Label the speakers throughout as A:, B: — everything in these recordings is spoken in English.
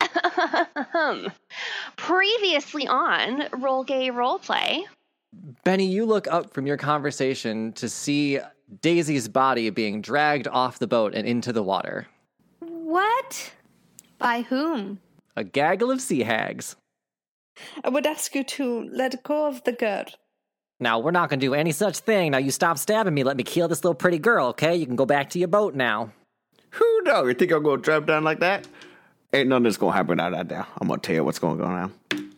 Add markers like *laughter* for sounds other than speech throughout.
A: *laughs* Previously on Roll Gay Roleplay.
B: Benny, you look up from your conversation to see Daisy's body being dragged off the boat and into the water.
C: What? By whom?
B: A gaggle of sea hags.
D: I would ask you to let go of the girl.
B: Now, we're not going to do any such thing. Now, you stop stabbing me. Let me kill this little pretty girl, okay? You can go back to your boat now.
E: Who know? You think I'm gonna drop down like that? Ain't nothing that's gonna happen out there. I'm gonna tell you what's gonna go *laughs* on.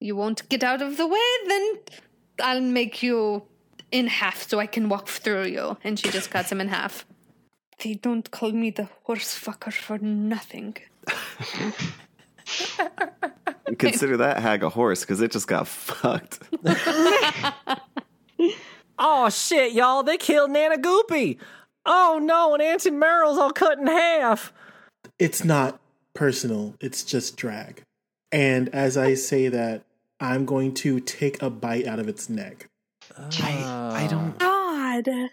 C: You won't get out of the way, then I'll make you in half so I can walk through you. And she just cuts him in half.
D: They don't call me the horse fucker for nothing.
E: Consider that hag a horse, because it just got *laughs* fucked.
B: Oh, shit, y'all. They killed Nana Goopy. Oh, no. And Auntie Meryl's all cut in half.
F: it's not personal, it's just drag. And as I say that, I'm going to take a bite out of its neck.
B: I, I don't.
D: God.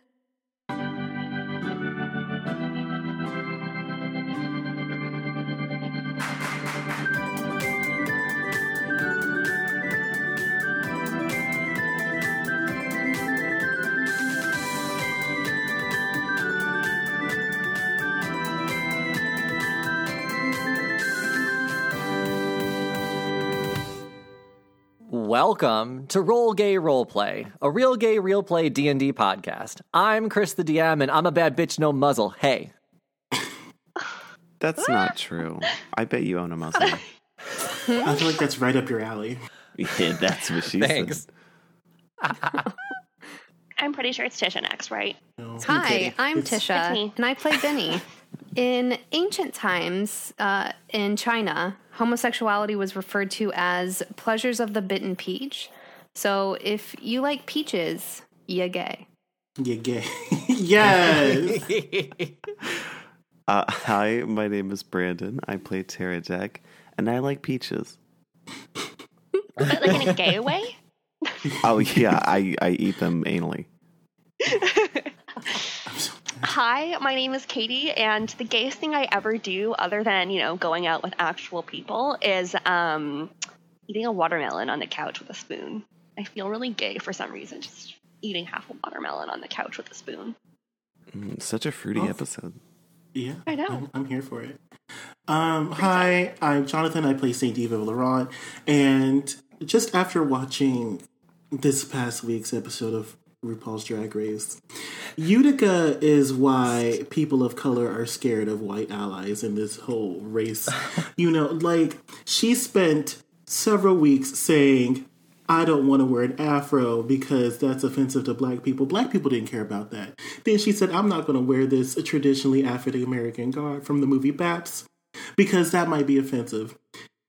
B: Welcome to Roll Gay Roleplay, a real gay real play D&D podcast. I'm Chris the DM and I'm a bad bitch no muzzle. Hey. *laughs*
E: That's not *laughs* true. I bet you own a muzzle.
F: I feel like that's right up your alley.
E: *laughs* yeah, that's what she
B: Thanks.
E: said.
A: I'm pretty sure it's Tisha next, right?
F: No,
C: Hi,
F: kidding.
C: I'm
F: It's-
C: Tisha,
A: It's me.
C: and I play *laughs* Benny. in ancient times, uh, in China, homosexuality was referred to as pleasures of the bitten peach. So if you like peaches, you're gay.
F: You're gay. *laughs* yes.
E: Uh, hi, my name is Brandon. I play Tara Jack, and I like peaches.
A: But like in a gay way?
E: Oh *laughs* yeah, I, I eat them anally.
A: Hi, my name is Katie, and the gayest thing I ever do, other than, you know, going out with actual people, is um, eating a watermelon on the couch with a spoon. I feel really gay for some reason, just eating half a watermelon on the couch with a spoon.
E: Mm, Such a fruity episode.
F: Yeah,
A: I know.
F: I'm, I'm here for it. Um, hi, I'm Jonathan. I play Saint Eva of Laurent, and just after watching this past week's episode of RuPaul's Drag Race, Utica is why people of color are scared of white allies in this whole race. you know, like she spent several weeks saying. I don't want to wear an afro because that's offensive to black people. Black people didn't care about that. Then she said, I'm not going to wear this traditionally African American garb from the movie Baps because that might be offensive.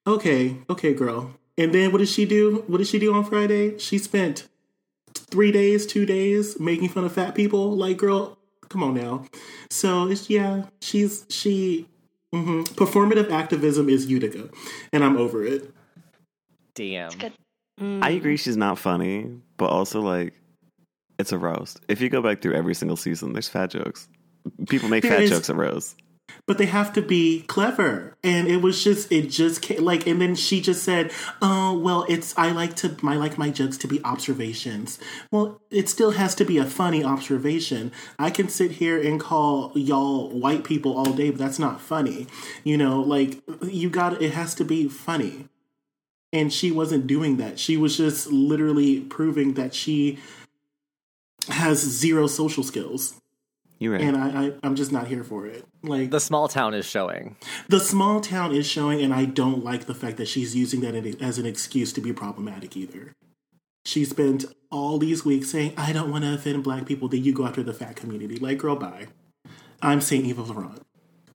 F: Okay, okay, girl. And then what did she do? What did she do on Friday? She spent three days, two days making fun of fat people. Like, girl, come on now. So it's, yeah, she's, she, mhm. performative activism is Utica, and I'm over it.
B: Damn.
A: good.
E: I agree she's not funny, but also like it's a roast. If you go back through every single season, there's fat jokes. People make
F: There
E: fat
F: is-
E: jokes at roast.
F: but they have to be clever and it was just it just came, like and then she just said oh well it's i like to i like my jokes to be observations well it still has to be a funny observation i can sit here and call y'all white people all day but that's not funny you know like you got it has to be funny and she wasn't doing that she was just literally proving that she has zero social skills
E: You're right.
F: and I, I i'm just not here for it like
B: The small town is showing.
F: the small town is showing, and I don't like the fact that she's using that as an excuse to be problematic either. She spent all these weeks saying, I don't want to offend black people, then you go after the fat community. Like, girl, bye. I'm St. Eva Laurent,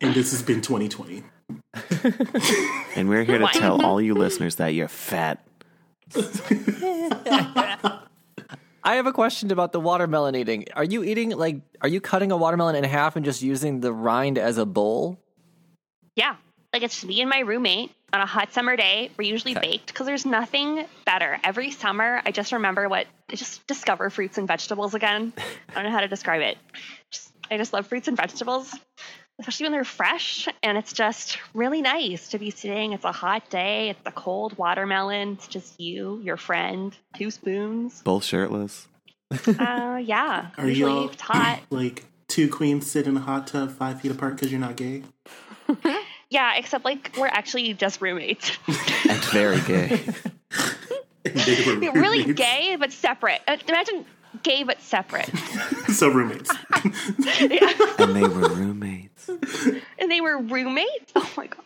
F: and this has been 2020.
E: And we're here to tell all you listeners that you're fat.
B: I have a question about the watermelon eating. Are you eating like are you cutting a watermelon in half and just using the rind as a bowl?
A: Yeah. Like it's just me and my roommate on a hot summer day. We're usually baked because there's nothing better. Every summer, I just remember what I just discover fruits and vegetables again. I don't know how to describe it. Just, I just love fruits and vegetables. especially when they're fresh. And it's just really nice to be sitting. It's a hot day. It's a cold watermelon. It's just you, your friend, two
E: *laughs*
A: spoons.
E: Both shirtless.
A: Uh, yeah.
F: Are
A: usually
F: y'all
A: it's hot.
F: like two queens sit in a hot tub five feet apart because you're not gay? *laughs*
A: Yeah, except like we're actually just roommates.
E: And very gay.
F: They
A: *laughs*
F: were
A: really
F: roommates.
A: gay, but separate. Uh, imagine gay, but separate. *laughs*
F: *laughs* So roommates.
E: *laughs* and they were roommates.
A: and they were roommates? Oh my God.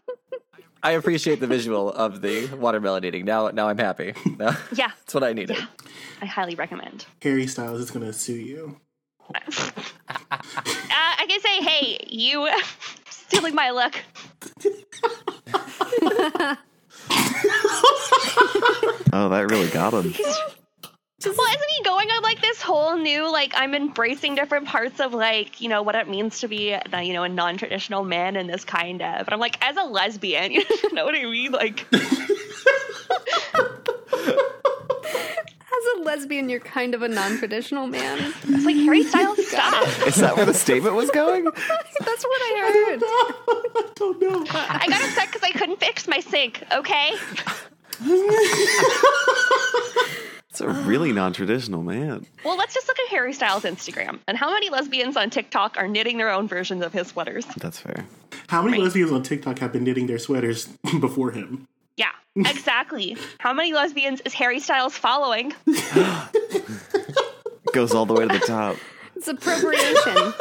B: I appreciate the visual of the watermelon eating. Now, now I'm happy. *laughs* Now,
A: Yeah,
B: that's what I needed.
A: I highly recommend.
F: Harry Styles is gonna sue you.
A: Uh, I can say, hey, you *laughs* stealing my look.
E: Oh, that really got him.
A: well, isn't he going on like this whole new like I'm embracing different parts of like you know what it means to be uh, you know a non-traditional man and this kind of. But I'm like as a lesbian, *laughs* you know what I mean? Like
C: As a lesbian, you're kind of a non-traditional man.
A: it's like Harry Styles, stop. *laughs*
E: Is that where the statement was going?
C: *laughs* That's what I heard.
F: I don't know.
A: I got upset because I couldn't fix my sink. Okay,
E: It's a really non-traditional man.
A: well let's just look at Harry Styles' Instagram and how many lesbians on TikTok are knitting their own versions of his sweaters.
E: That's fair.
F: How many lesbians on TikTok have been knitting their sweaters *laughs* before him?
A: Yeah, *laughs* exactly. how many lesbians is Harry Styles following?
E: Goes all the way to the top.
C: It's *laughs* appropriation.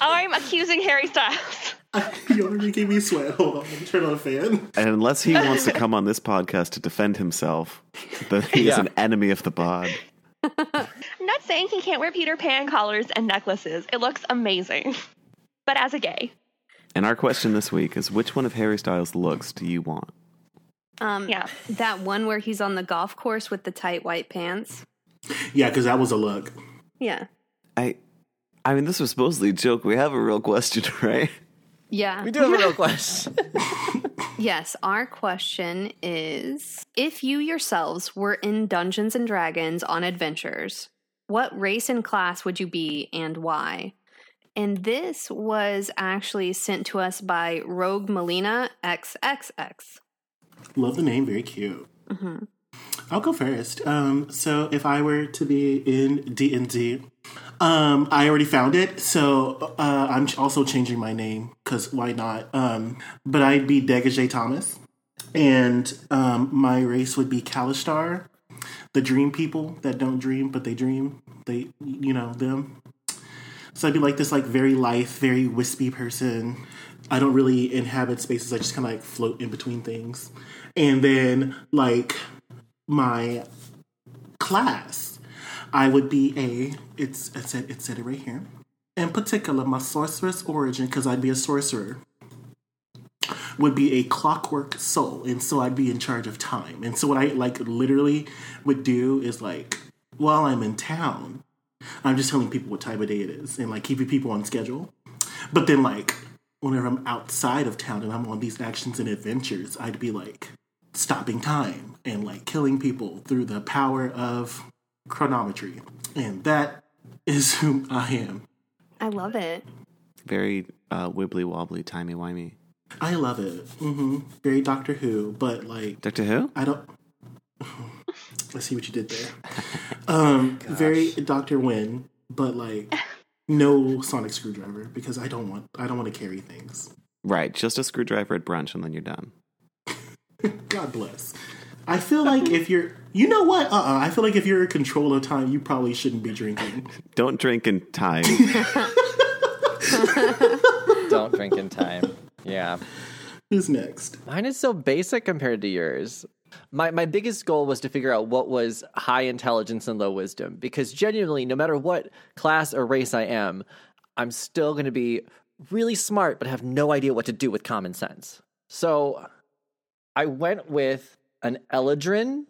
A: Oh, I'm accusing Harry Styles.
F: you already gave me sweat. Hold on, let me turn on a fan.
E: And unless he wants to come on this podcast to defend himself, then he is
B: Yeah.
E: an enemy of the pod.
A: I'm not saying he can't wear Peter Pan collars and necklaces. It looks amazing. But as a gay,
E: And our question this week is which one of Harry Styles' looks do you want?
C: Um,
A: Yeah.
C: That one where he's on the golf course with the tight white pants.
F: Yeah, because that was a look.
C: Yeah.
E: I I mean this was supposedly a joke. We have a real question, *laughs* right?
C: Yeah.
B: We do have a
A: *laughs*
B: real question.
C: Yes, our question is if you yourselves were in Dungeons and Dragons on adventures, what race and class would you be and why? And this was actually sent to us by Rogue Melina XXX.
F: Love the name, very cute. Mm-hmm. I'll go first. Um, so if I were to be in D and D, um, I already found it. So uh, I'm ch- also changing my name because why not? Um, but I'd be Dega J Thomas, and um, my race would be Kalistar, the dream people that don't dream but they dream. They, you know, them. So I'd be like this, like very lithe, very wispy person. I don't really inhabit spaces. I just kind of like float in between things. And then like my class, I would be a. It's it said it said it right here. In particular, my sorceress origin, because I'd be a sorcerer, would be a clockwork soul, and so I'd be in charge of time. And so what I like literally would do is like while I'm in town, I'm just telling people what time of day it is and like keeping people on schedule. But then like whenever I'm outside of town and I'm on these actions and adventures, I'd be like stopping time and like killing people through the power of chronometry. And that is *laughs* who I am.
C: I love it.
E: Very uh, wibbly wobbly, timey wimey.
F: I love it. hmm Very Doctor Who, but like
E: Doctor Who?
F: I don't. *sighs* I see what you did there. Um, very Doctor Wynn, but like no sonic screwdriver because I don't want I don't want to carry things.
E: Right, just a screwdriver at brunch and then you're done.
F: God bless. I feel like if you're, you know what? Uh, uh I feel like if you're in control of time, you probably shouldn't be drinking.
E: Don't drink in *laughs* time.
B: Don't drink in time. Yeah.
F: Who's next?
B: Mine is so basic compared to yours. My my biggest goal was to figure out what was high intelligence and low wisdom because genuinely, no matter what class or race I am, I'm still going to be really smart but have no idea what to do with common sense. So I went with an Eladrin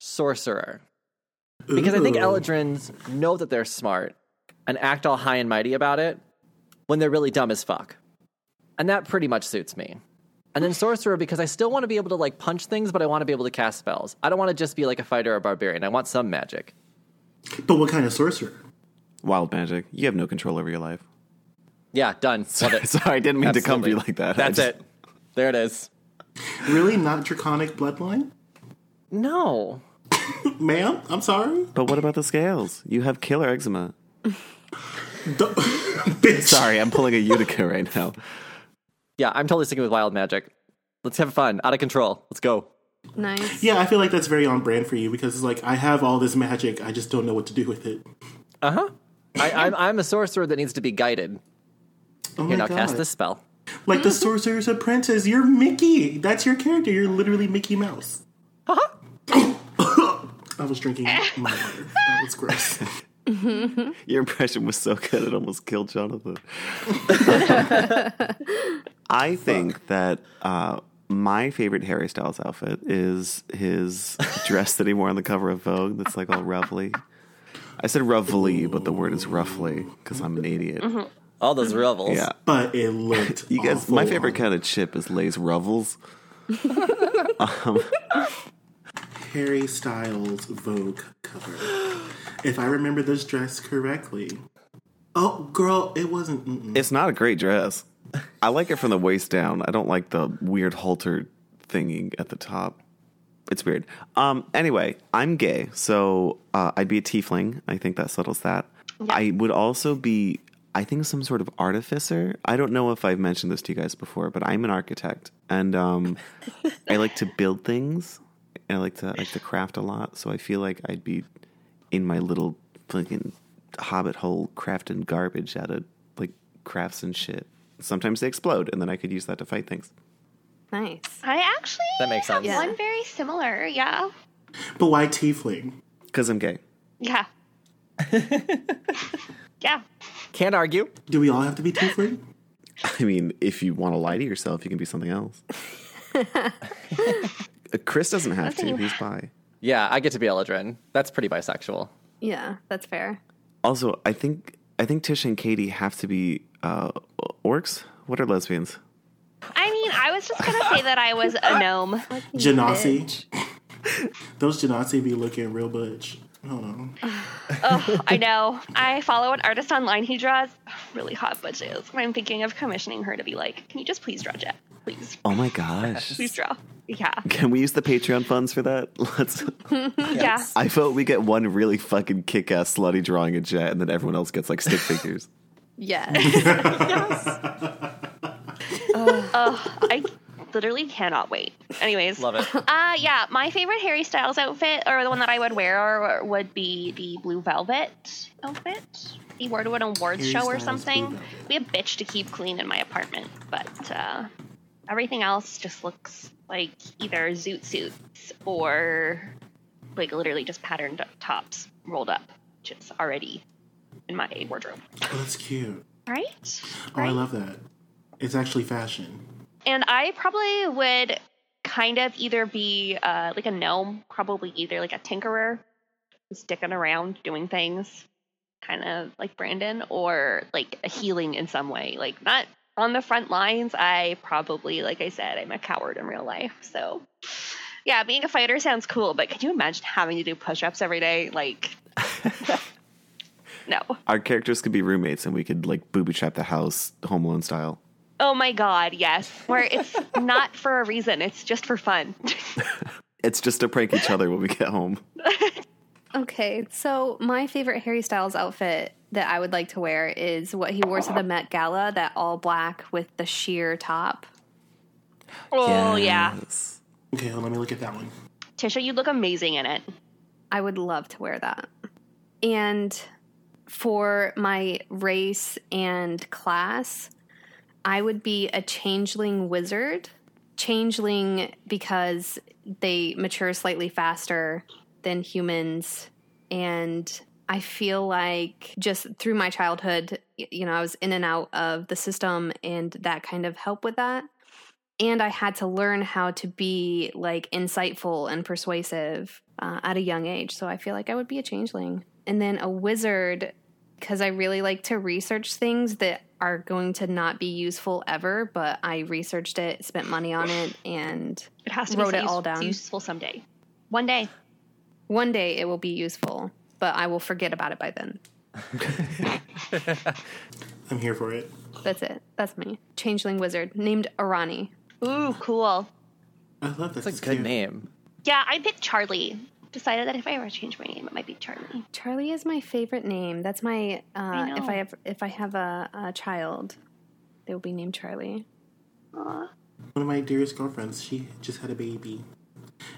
B: sorcerer because I think
F: Ooh.
B: Eladrins know that they're smart and act all high and mighty about it when they're really dumb as fuck. And that pretty much suits me. And then sorcerer because I still want to be able to like punch things, but I want to be able to cast spells. I don't want to just be like a fighter or a barbarian. I want some magic.
F: But what kind of sorcerer?
E: Wild magic. You have no control over your life.
B: Yeah, done.
E: *laughs*
B: Love
E: Sorry,
B: it.
E: I didn't mean to come for you
B: Absolutely.
E: like that. I
B: That's
E: just-
B: it. There it is.
F: Really, not draconic bloodline,
B: No.
F: ma'am? I'm sorry,
E: But what about the scales? You have killer eczema.
F: D- *laughs* bitch.
E: Sorry, I'm pulling a Utica right now.
B: Yeah, I'm totally sticking with wild magic. Let's have fun. Out of control. Let's go.
C: Nice.
F: Yeah, I feel like that's very on brand for you because it's like I have all this magic, I just don't know what to do with it.
B: Uh huh.
E: *laughs*
B: I'm, I'm a sorcerer that needs to be guided.
F: Oh my
B: Here, now cast
F: God.
B: this spell.
F: Like
E: Mm-hmm.
F: the Sorcerer's Apprentice, you're Mickey. That's your character. You're literally Mickey Mouse.
E: Uh-huh.
F: *coughs* I was drinking
E: Eh.
F: my water. That
E: *laughs*
F: was gross.
E: Your impression was so good it almost killed *laughs* Jonathan. I think that uh, my favorite Harry Styles outfit is his dress that he wore on the cover of Vogue. That's like all ruffly. I said ruffly, but the word is roughly because I'm an idiot.
B: All
E: *laughs*
B: those revels.
E: Yeah,
F: But it looked.
E: you guys.
F: awful
E: My favorite
F: on
E: kind of chip is Lay's revels.
F: Harry Styles Vogue cover. If I remember this dress correctly. Oh, girl, it wasn't. Mm-mm.
E: It's not a great dress. I like it from the waist down. I don't like the weird halter thingy at the top. It's weird. Um. Anyway, I'm gay, so uh, I'd be a tiefling. I think that settles that. I would also be, I think, some sort of artificer. I don't know if I've mentioned this to you guys before, but I'm an architect, and um, I like to build things. I like to I like to craft a lot, so I feel like I'd be in my little fucking hobbit hole crafting garbage out of like crafts and shit. Sometimes they explode, and then I could use that to fight things.
C: Nice.
A: I actually
B: That makes
A: have
B: sense.
A: one very similar. Yeah.
F: But why Tiefling?
E: Because I'm gay. *laughs*
A: Yeah. yeah.
B: Can't argue.
F: Do we all have to be
E: *laughs*
F: Tiefling?
E: I mean, if you want to lie to yourself, you can be something else. Uh, Chris doesn't have to. He's bi.
B: Yeah, I get to be Eladrin. That's pretty bisexual.
C: Yeah, that's fair.
E: Also, I think I think Tish and Katie have to be uh, orcs. What are lesbians?
A: I mean, I was just gonna say that I was a gnome.
F: Genasi? Those Genasi be looking real butch. I don't know.
A: Oh, I know. I follow an artist online. He draws really hot butches. I'm thinking of commissioning her to be like, "Can you just please draw Jet? Please,
E: Oh my gosh!
A: please draw." Yeah.
E: Can we use the Patreon funds for that? *laughs* Let's.
A: Yeah.
E: I vote we get one really fucking kick-ass slutty drawing a jet, and then everyone else gets like stick figures.
C: Yes.
F: *laughs*
C: *laughs*
A: Oh, I literally cannot wait. Anyways.
B: Love it.
A: *laughs* Uh, yeah, my favorite Harry Styles outfit, or the one that I would wear, would be the blue velvet outfit. He wore to an awards
F: Harry
A: show or
F: Styles, blue
A: something.
F: velvet.
A: We have bitch to keep clean in my apartment, but uh, everything else just looks like either zoot suits or like literally just patterned tops rolled up, which is already in my wardrobe.
F: Oh, that's cute.
A: Right?
F: Oh, I
A: Right?
F: love that. It's actually fashion.
A: And I probably would kind of either be uh, like a gnome, probably either like a tinkerer, just dicking around doing things, kind of like Brandon, or like a healing in some way. Like not on the front lines. I probably, like I said, I'm a coward in real life. So yeah, being a fighter sounds cool, but could you imagine having to do push-ups every day? Like, no.
E: *laughs* Our characters could be roommates, and we could like booby trap the house, Home Alone style.
A: Oh my God, yes. Where it's not for a reason. It's just for fun. *laughs*
E: It's just to prank each other when we get *laughs* home.
C: okay, so my favorite Harry Styles outfit that I would like to wear is what he wore to the Met Gala, that all black with the sheer top.
A: oh yeah.
E: Yes.
F: Okay, well, let me look at that one.
A: Tisha, you look amazing in it.
C: I would love to wear that. And for my race and class, I would be a changeling wizard. Changeling because they mature slightly faster than humans. And I feel like just through my childhood, y- you know, I was in and out of the system, and that kind of helped with that and I had to learn how to be like insightful and persuasive uh, at a young age. So I feel like I would be a changeling. And then a wizard, because I really like to research things that are going to not be useful ever, but I researched it, spent money on it, and
A: It has to
C: Wrote
A: be
C: it
A: use-
C: all down.
A: useful someday. One day.
C: one day it will be useful, but I will forget about it by then.
F: I'm here for it.
C: That's it. That's me. Changeling wizard named Arani.
A: Ooh, cool.
F: I love that.
B: That's a good name.
A: Yeah, I picked Charlie. Decided that if I ever change my name, it might be Charlie.
C: Charlie is my favorite name. That's my uh,
A: I
C: if
A: know.
C: I have if I have a, a child, they will be named Charlie.
A: Aw.
F: One of my dearest girlfriends, she just had a baby,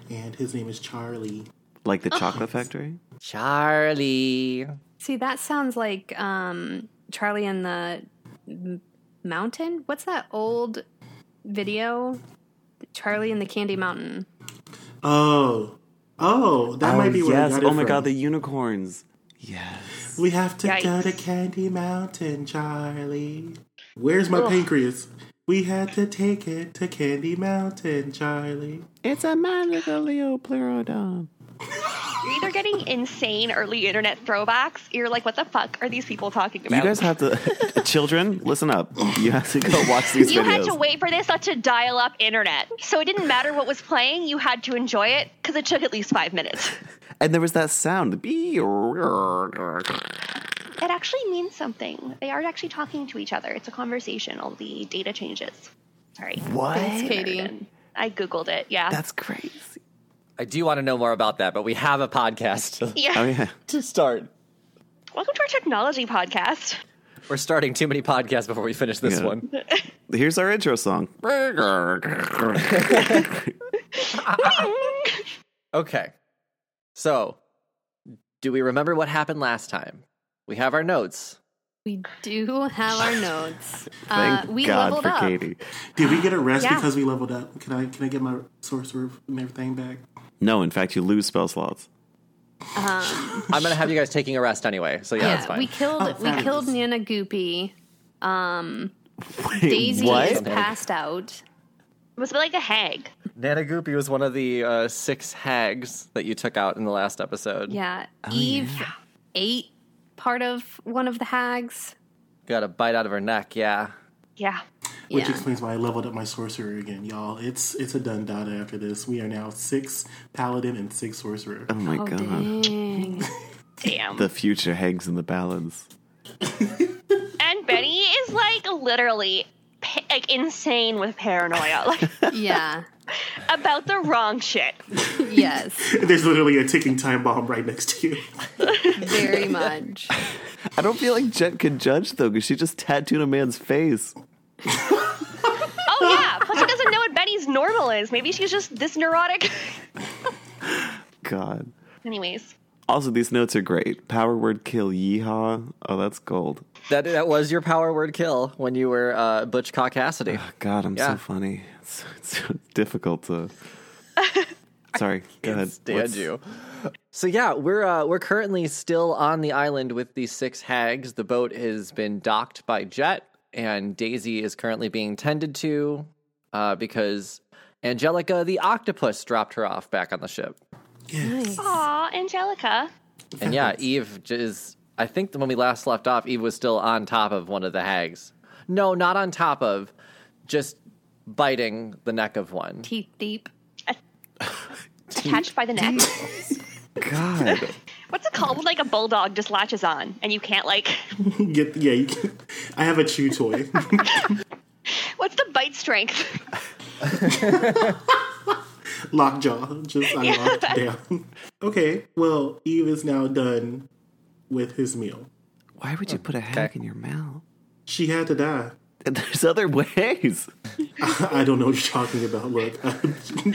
F: and his name is Charlie.
E: Like the chocolate factory?
B: Charlie.
C: See, that sounds like um, Charlie and the M- Mountain. What's that old video? Charlie and the Candy Mountain.
F: Oh, oh, that might be where I
E: yes.
F: got it
E: Oh my
F: from.
E: god, the unicorns. Yes.
F: We have to go to
A: Yikes.
F: Candy Mountain, Charlie. Where's my pancreas? We had to take it to Candy Mountain, Charlie.
E: It's a magical Leo pleurodon.
A: You're either getting insane early internet throwbacks, you're like, what the fuck are these people talking about?
E: You guys have to, *laughs* children, listen up. You have to go watch these
A: You
E: videos.
A: had to wait for this not to dial up internet. So it didn't matter what was playing, you had to enjoy it because it took at least five minutes.
E: And there was that sound. the bee-
A: It actually means something. They are actually talking to each other. It's a conversation. All the data changes. Sorry.
E: What?
C: Thanks, Katie.
A: I Googled it. Yeah.
E: That's crazy.
B: I do want to know more about that, but we have a
E: *laughs*
B: podcast to,
A: yeah.
E: Oh yeah.
B: to start.
A: Welcome to our technology podcast.
B: We're starting too many podcasts before we finish this
E: Yeah.
B: one.
E: Here's our intro *laughs* song.
B: Okay. So, do we remember what happened last time? We have our notes.
C: We do have our
E: *laughs*
C: notes.
E: Thank
C: uh, we
E: God
C: leveled
E: for
C: up.
E: Katie.
F: Did we get a rest
A: Yeah.
F: because we leveled up? Can I can I get my sorcerer and everything back?
E: No, in fact, you lose spell slots. *laughs*
B: I'm going to have you guys taking a rest anyway. So, yeah, that's
C: Yeah,
B: fine.
C: we killed
F: Oh,
C: we killed
F: fabulous.
C: Nana Goopy.
E: Wait,
C: Daisy
E: what?
C: is passed out.
A: It must be like a hag.
B: Nana Goopy was one of the uh, six hags that you took out in the last episode.
C: Yeah,
E: Oh,
C: Eve ate part of one of the hags.
B: Got a bite out of her neck, yeah.
A: Yeah.
F: Which
C: Yeah.
F: explains why I leveled up my sorcerer again, y'all. It's it's a done data after this. We are now six paladin and six sorcerer.
E: Oh my
C: Oh
E: god.
C: dang!
A: Damn.
E: The future hangs in the balance.
A: and Benny is like literally pa- like insane with paranoia, like
C: yeah.
A: about the wrong shit.
C: Yes.
F: There's literally a ticking time bomb right next to you.
C: Very much.
E: I don't feel like Jet could judge though, because she just tattooed a man's face.
A: Oh yeah. Plus, she doesn't know what Benny's normal is. Maybe she's just this neurotic. *laughs*
E: God.
A: Anyways,
E: Also, these notes are great. Power word kill, yeehaw. Oh, that's gold.
B: That, that was your power word kill when you were uh, Butch Cock *laughs* Cassidy.
E: Oh, God, I'm
B: Yeah.
E: so funny. It's, it's so difficult
C: *laughs*
E: to. Sorry, go ahead.
B: Stand
E: What's-
B: you. So yeah, we're uh, we're currently still on the island with these six hags. The boat has been docked by Jet, and Daisy is currently being tended to uh, because Angelica the octopus dropped her off back on the ship.
C: Nice.
A: aw, Angelica.
B: And *laughs* yeah, Eve j- is. I think when we last left off, Eve was still on top of one of the hags. No, not on top of, just biting the neck of one.
C: Teeth deep.
A: attached by the neck.
C: *laughs*
E: God.
A: What's it called when like a bulldog just latches on and you can't like?
F: *laughs*
A: *laughs*
F: Get yeah, you can, I have a chew toy. *laughs*
A: What's the bite strength? *laughs*
F: Lockjaw. Just I locked down. Okay, well, Eve is now done with his meal.
E: Why would you put a hag in your mouth? *laughs*
F: She had to die.
E: And there's other *laughs* ways.
F: I don't know what you're talking about. Look,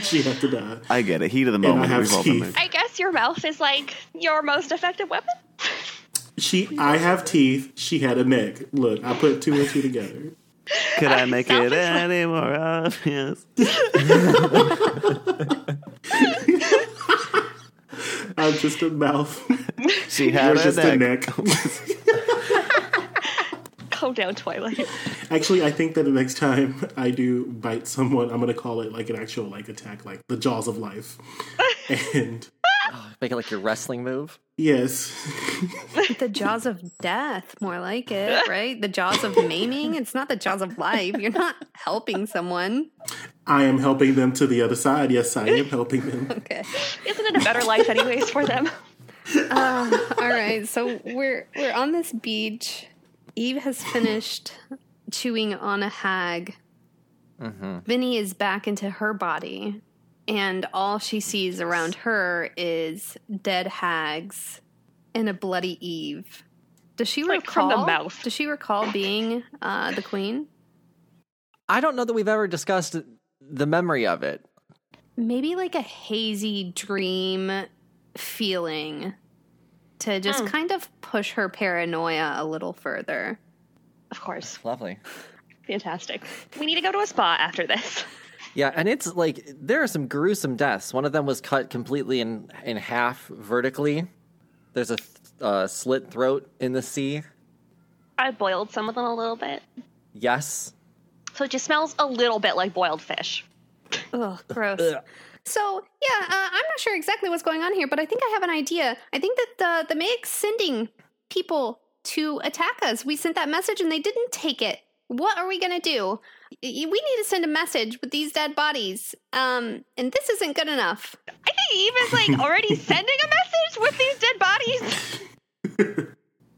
F: *laughs* she had to die.
E: I get it. Heat of the
F: I
E: moment.
F: have
E: We've all done
F: teeth.
E: that.
A: I guess your mouth is like your most effective weapon. *laughs*
F: She, I have teeth. She had a neck. Look, I put two and two together.
E: Could I make
A: Sounds
E: it
A: like-
E: any more
F: *laughs*
E: obvious?
F: I'm just a mouth.
E: She
F: You're
E: had
F: just
E: a
F: a
E: neck.
F: neck.
A: Calm down, Twilight.
F: Actually, I think that the next time I do bite someone, I'm gonna call it like an actual like attack, like the jaws of life. And
B: Make it like your wrestling move.
F: yes,
C: The jaws of death, more
A: *laughs*
C: like it, right? The jaws of maiming. It's not the jaws of life. You're not helping someone.
F: I am helping them to the other side. Yes, I am helping them.
C: *laughs* Okay.
A: Isn't it a better life anyways for them?
C: All right. So we're we're on this beach. Eve has finished chewing on a hag.
A: Mm-hmm.
C: Vinny is back into her body, and all she sees around her is dead hags and a bloody Eve. Does she
A: Like,
C: recall?
A: from the mouth.
C: Does she recall being uh, the queen?
B: I don't know that we've ever discussed the memory of it.
C: Maybe like a hazy dream feeling to just kind of push her paranoia a little further.
A: *laughs* Of course.
B: Lovely.
A: Fantastic. We need to go to a spa after this.
B: Yeah, and it's like there are some gruesome deaths. One of them was cut completely in in half vertically. There's a th- uh, slit throat in the sea.
A: I boiled some of them a little bit.
B: Yes.
A: So it just smells a little bit like boiled fish.
C: Ugh, gross. So yeah, uh, I'm not sure exactly what's going on here, but I think I have an idea. I think that the the Mayk's sending people to attack us. We sent that message and they didn't take it. What are we gonna do? Y- We need to send a message with these dead bodies. Um, and this isn't good enough.
A: I think Eve is *laughs* like already sending a message with these dead bodies.
F: Eve,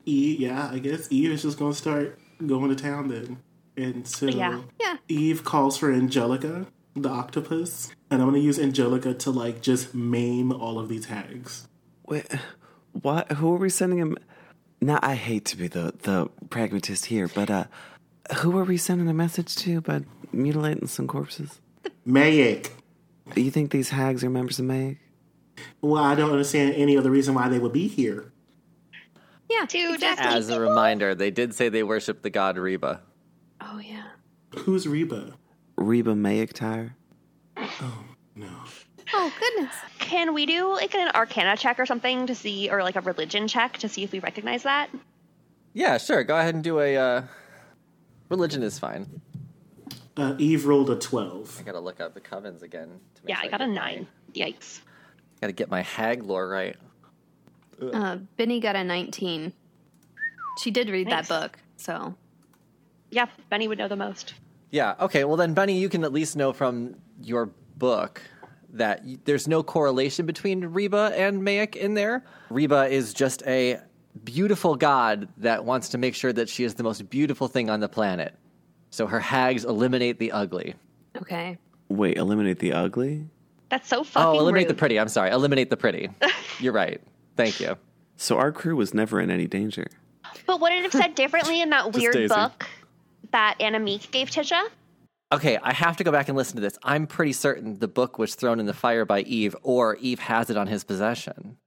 F: E, yeah, I guess Eve is just gonna start going to town then. And so
A: Yeah.
C: Yeah.
F: Eve calls for Angelica, the octopus, and I'm gonna use Angelica to like just maim all of these hags.
E: Wait, what? Who are we sending him? Now, I hate to be the, the pragmatist here, but uh, who are we sending a message to by mutilating some corpses?
F: Mayek.
E: You think these hags are members of Meg?
F: Well, I don't understand any other reason why they would be here.
C: Yeah.
A: To just
C: exactly.
B: As a reminder, they did say they worship the god Reba.
C: Oh yeah.
F: Who's Reba?
E: Reba Mayak Tire?
F: No.
C: Oh goodness.
A: Can we do like an arcana check or something to see, or like a religion check to see if we recognize that?
B: Yeah, sure. Go ahead and do a. Uh, religion is fine.
F: Uh, Eve rolled a
B: I
F: 12.
B: gotta look up the covens again. To make
A: Yeah,
B: sure
A: I got a
B: get my-
A: nine. Yikes.
B: gotta get my hag lore right.
C: Uh, Benny got a 19. She did read
A: Nice.
C: that book, so
A: Yeah, Benny would know the most.
B: Yeah. Okay. Well, then, Benny, you can at least know from your book that y- there's no correlation between Reba and Mayak in there. Reba is just a beautiful god that wants to make sure that she is the most beautiful thing on the planet. So her hags eliminate the ugly.
C: okay.
E: Wait, eliminate the ugly?
A: That's so fucking
B: oh, eliminate the
A: rude.
B: pretty. I'm sorry. Eliminate
A: *laughs*
B: the pretty. You're right. Thank you.
E: So our crew was never in any danger.
A: But would it have said differently in that weird
E: Daisy.
A: book that Anna Meek gave Tisha?
B: Okay, I have to go back and listen to this. I'm pretty certain the book was thrown in the fire by Eve, or Eve has it on his possession.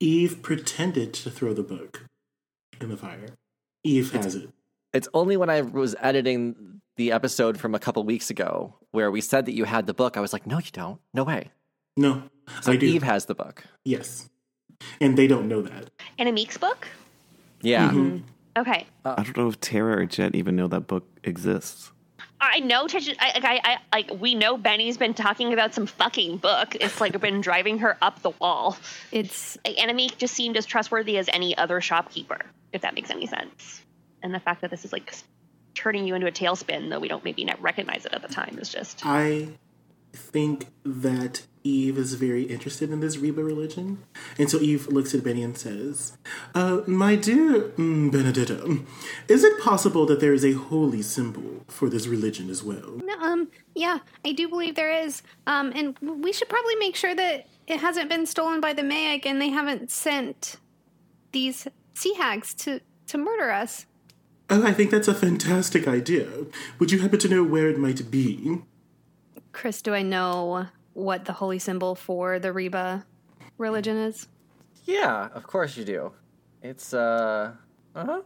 F: Eve pretended to throw the book in the fire. Eve has it.
B: It's only when I was editing the episode from a couple weeks ago where we said that you had the book. I was like, no, you don't. No way.
F: No,
B: So
F: I do.
B: Eve has the book.
F: yes. And they don't know that.
A: Anna Meek's book?
B: Yeah.
F: Mm-hmm.
A: Okay.
E: I don't know if Tara or Jet even know that book exists.
A: I know Tisha. I, like, I, I, like, we know Benny's been talking about some fucking book. It's like been driving her up the wall.
C: It's
A: Like, Anna Meek just seemed as trustworthy as any other shopkeeper, if that makes any sense. And the fact that this is like turning you into a tailspin, though we don't maybe not recognize it at the time, is just
F: I think that Eve is very interested in this Reba religion. And so Eve looks at Benny and says, uh, My dear mm, Benedetta, is it possible that there is a holy symbol for this religion as well?
C: No, um, yeah, I do believe there is. Um, and we should probably make sure that it hasn't been stolen by the Mayak and they haven't sent these sea hags to, to murder us.
F: Oh, I think that's a fantastic idea. Would you happen to know where it might be?
C: Chris, do I know what the holy symbol for the Reba religion is?
B: Yeah, of course you do. It's, uh, uh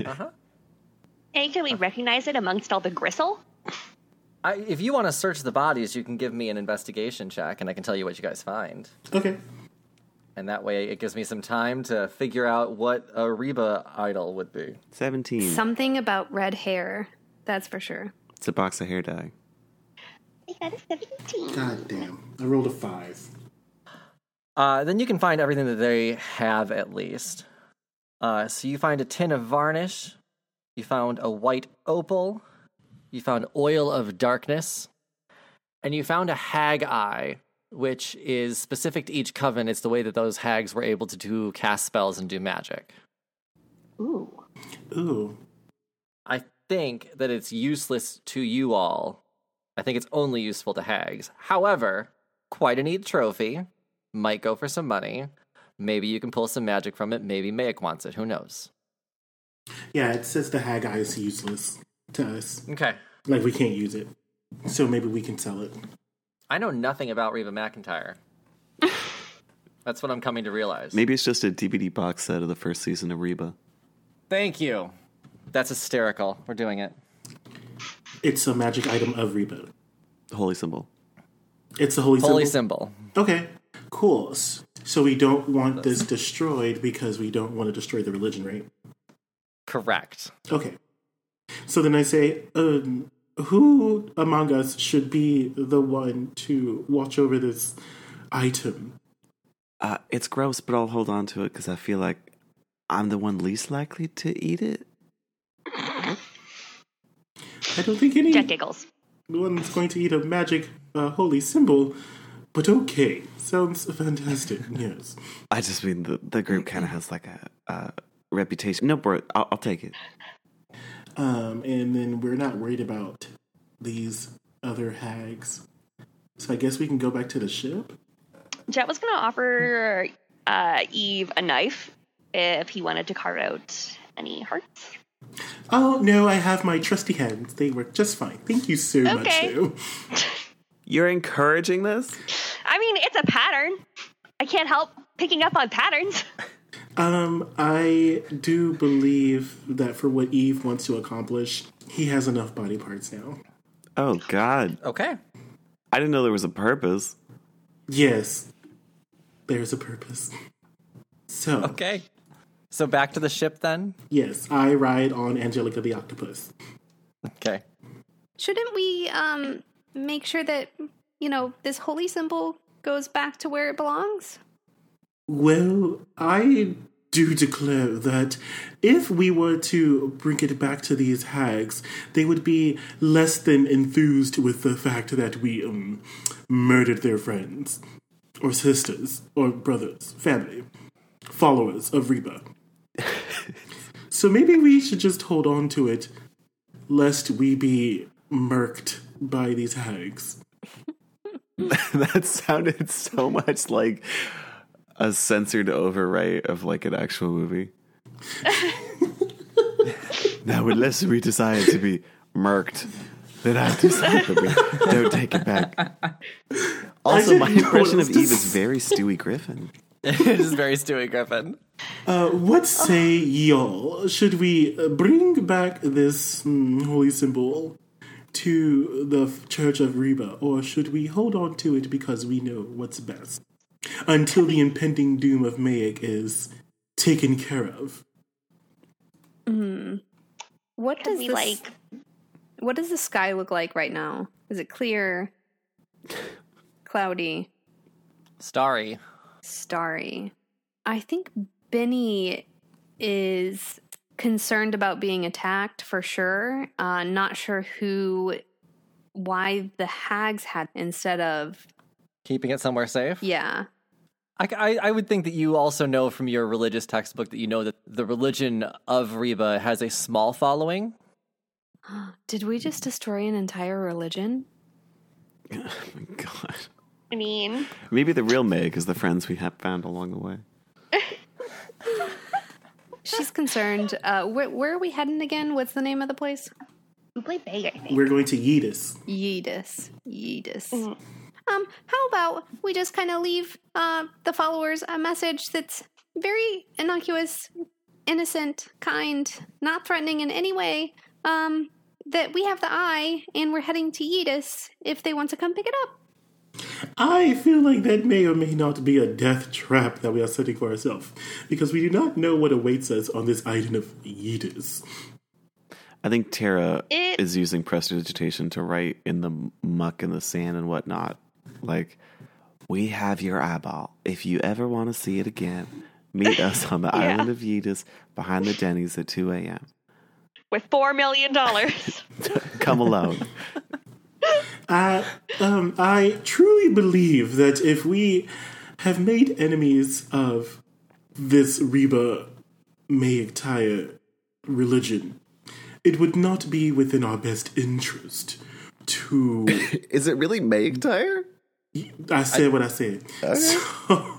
B: huh.
A: And can we recognize it amongst all the gristle?
B: I, if you want to search the bodies, you can give me an investigation check and I can tell you what you guys find.
F: Okay.
B: And that way it gives me some time to figure out what a Reba idol would be.
E: 17.
C: Something about red hair, that's for sure.
E: it's a box of hair dye.
A: I got a 17.
F: God damn. I rolled a five.
B: Uh, then you can find everything that they have at least. Uh, so you find a tin of varnish, you found a white opal, you found oil of darkness, and you found a hag eye, which is specific to each coven. It's the way that those hags were able to do cast spells and do magic.
A: Ooh.
F: Ooh.
B: I think that it's useless to you all. I think it's only useful to hags. However, quite a neat trophy. Might go for some money. Maybe you can pull some magic from it. Maybe Mayak wants it. Who knows?
F: Yeah, it says the hag eye is useless to us.
B: Okay.
F: Like we can't use it. So maybe we can sell it.
B: I know nothing about Reba McIntyre. That's what I'm coming to realize.
E: Maybe it's just a DVD box set of the first season of Reba.
B: Thank you. That's hysterical. We're doing it.
F: It's a magic item of Rebo.
E: Holy symbol.
F: It's the holy,
B: Holy
F: symbol.
B: symbol.
F: Okay, cool. S- So we don't want this destroyed because we don't want to destroy the religion, right?
B: Correct.
F: Okay. So then I say, um, who among us should be the one to watch over this item?
E: Uh, it's gross, but I'll hold on to it because I feel like I'm the one least likely to eat it.
F: I don't think
A: Jack
F: anyone
A: giggles.
F: one's going to eat a magic uh, holy symbol, but okay. Sounds fantastic. *laughs* Yes.
E: I just mean the, the group kind of has like a, a reputation. No, bro, I'll, I'll take it.
F: Um, and then we're not worried about these other hags. So I guess we can go back to the ship.
A: Jet was going to offer uh, Eve a knife if he wanted to carve out any hearts.
F: Oh no, I have my trusty hands. They work just fine. Thank you so much.
A: Okay.
F: Sue.
E: You're encouraging this?
A: I mean, it's a pattern. I can't help picking up on patterns. *laughs*
F: Um, I do believe that for what Eve wants to accomplish, he has enough body parts now.
E: Oh, God.
B: Okay.
E: I didn't know there was a purpose.
F: Yes, there's a purpose. So
B: Okay. So back to the ship then?
F: yes, I ride on Angelica the octopus.
B: Okay.
C: Shouldn't we um make sure that you know this holy symbol goes back to where it belongs?
F: Well, I do declare that if we were to bring it back to these hags, they would be less than enthused with the fact that we um, murdered their friends, or sisters, or brothers, family, followers of Reba. so maybe we should just hold on to it, lest we be murked by these hags.
E: *laughs* that sounded so much like a censored overwrite of like an actual movie. now, unless we decide to be murked, then I decide that we don't take it back. Also,
F: didn't
E: my impression of
F: notice.
E: Eve is very Stewie Griffin.
B: *laughs*
E: *laughs*
B: it is very Stewie Griffin.
F: Uh, what say y'all? Should we uh, bring back this mm, holy symbol to the f- Church of Reba, or should we hold on to it because we know what's best until the impending doom of Mayak is taken care of?
C: Mm-hmm. What
A: Could
C: does
A: we
C: this,
A: like
C: What does the sky look like right now? Is it clear, cloudy,
B: Starry.
C: starry? I think Benny is concerned about being attacked for sure. Uh, not sure who, why the hags had instead of
B: Keeping it somewhere safe?
C: yeah.
B: I, I, I would think that you also know from your religious textbook that you know that the religion of Reba has a small following.
C: Did we just destroy an entire religion?
E: Oh my god.
A: I mean,
E: Maybe the real Meg is the friends we have found along the way.
C: She's concerned. Uh, where, where are we heading again? What's the name of the place?
A: we play big, I think.
F: We're going to Yeetus.
C: Yeetus. Yeetus. Um, how about we just kind of leave uh, the followers a message that's very innocuous, innocent, kind, not threatening in any way. Um, that we have the eye and we're heading to Yeetus if they want to come pick it up.
F: I feel like that may or may not be a death trap that we are setting for ourselves because we do not know what awaits us on this island of Yeetus.
E: I think Tara
A: It-
E: is using prestidigitation to write in the muck and the sand and whatnot. Like, we have your eyeball. If you ever want to see it again,
B: *laughs*
E: meet us on the island of Yeetus behind the Denny's at 2 a.m.
A: With $4 million. dollars. *laughs*
E: Come alone.
F: I, um, I truly believe that if we have made enemies of this Reba Maytire religion, it would not be within our best interest to.
E: *laughs* Is it really Meg Tyre?
F: I said what I said. So,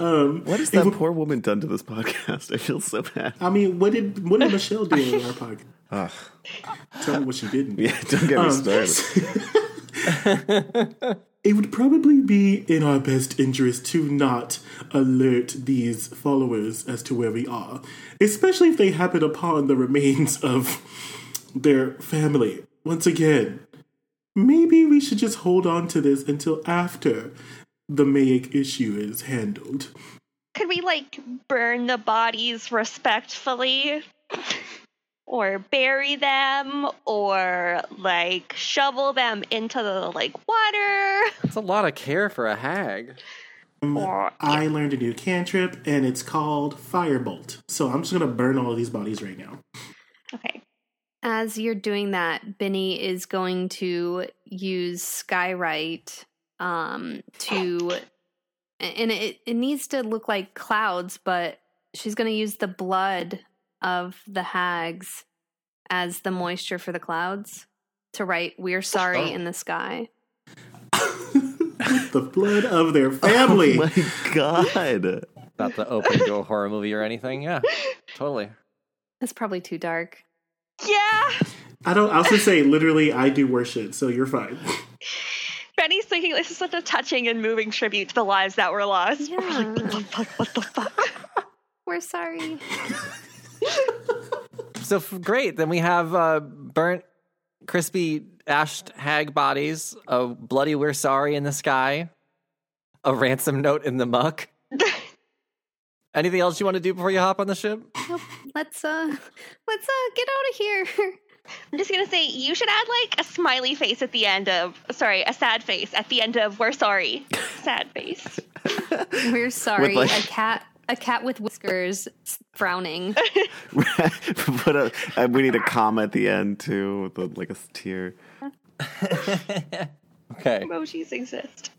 F: um,
E: What has that poor woman done to this podcast? I feel so bad. *laughs*
F: I mean, what did what did Michelle do in our podcast? Tell me what she didn't. do.
E: Yeah, don't
F: Um,
E: get me
F: *laughs*
E: started. *laughs*
F: It would probably be in our best interest to not alert these followers as to where we are, especially if they happen upon the remains of their family. Once again, maybe we should just hold on to this until after the Mayak issue is handled.
A: Could we like burn the bodies respectfully? *laughs* or bury them or like shovel them into the like water
B: It's a lot of care for a hag.
A: or
F: Mm, I learned a new cantrip, and it's called Firebolt. So I'm just gonna burn all of these bodies right now.
A: okay
C: As you're doing that, Benny is going to use Skyrite um, to, and it, it needs to look like clouds, but she's going to use the blood of the hags as the moisture for the clouds to write "We're sorry" in the sky.
F: the blood of their family.
E: My God. *laughs*
B: About to open to a horror movie or anything. Yeah, totally.
C: That's probably too dark.
A: yeah
F: I don't. I was gonna say, literally, I do worship, so you're fine.
A: benny's thinking this is such a touching and moving tribute to the lives that were lost we're *laughs* like what the
C: Yeah.
A: fuck what the fuck
C: We're sorry.
B: So f- great. Then we have uh, burnt, crispy, ashed hag bodies, a bloody we're sorry in the sky, a ransom note in the muck. Anything else you want to do before you hop on the ship?
C: Nope. Let's uh, let's uh, get out of here. *laughs*
A: I'm just gonna say you should add like a smiley face at the end of sorry, a sad face at the end of we're sorry. Sad face.
C: We're sorry.
E: like-
C: a cat, a cat with whiskers, s- frowning.
E: Put a, uh, we need a comma at the end, too, with a, like a tear.
B: Okay.
A: Emojis exist.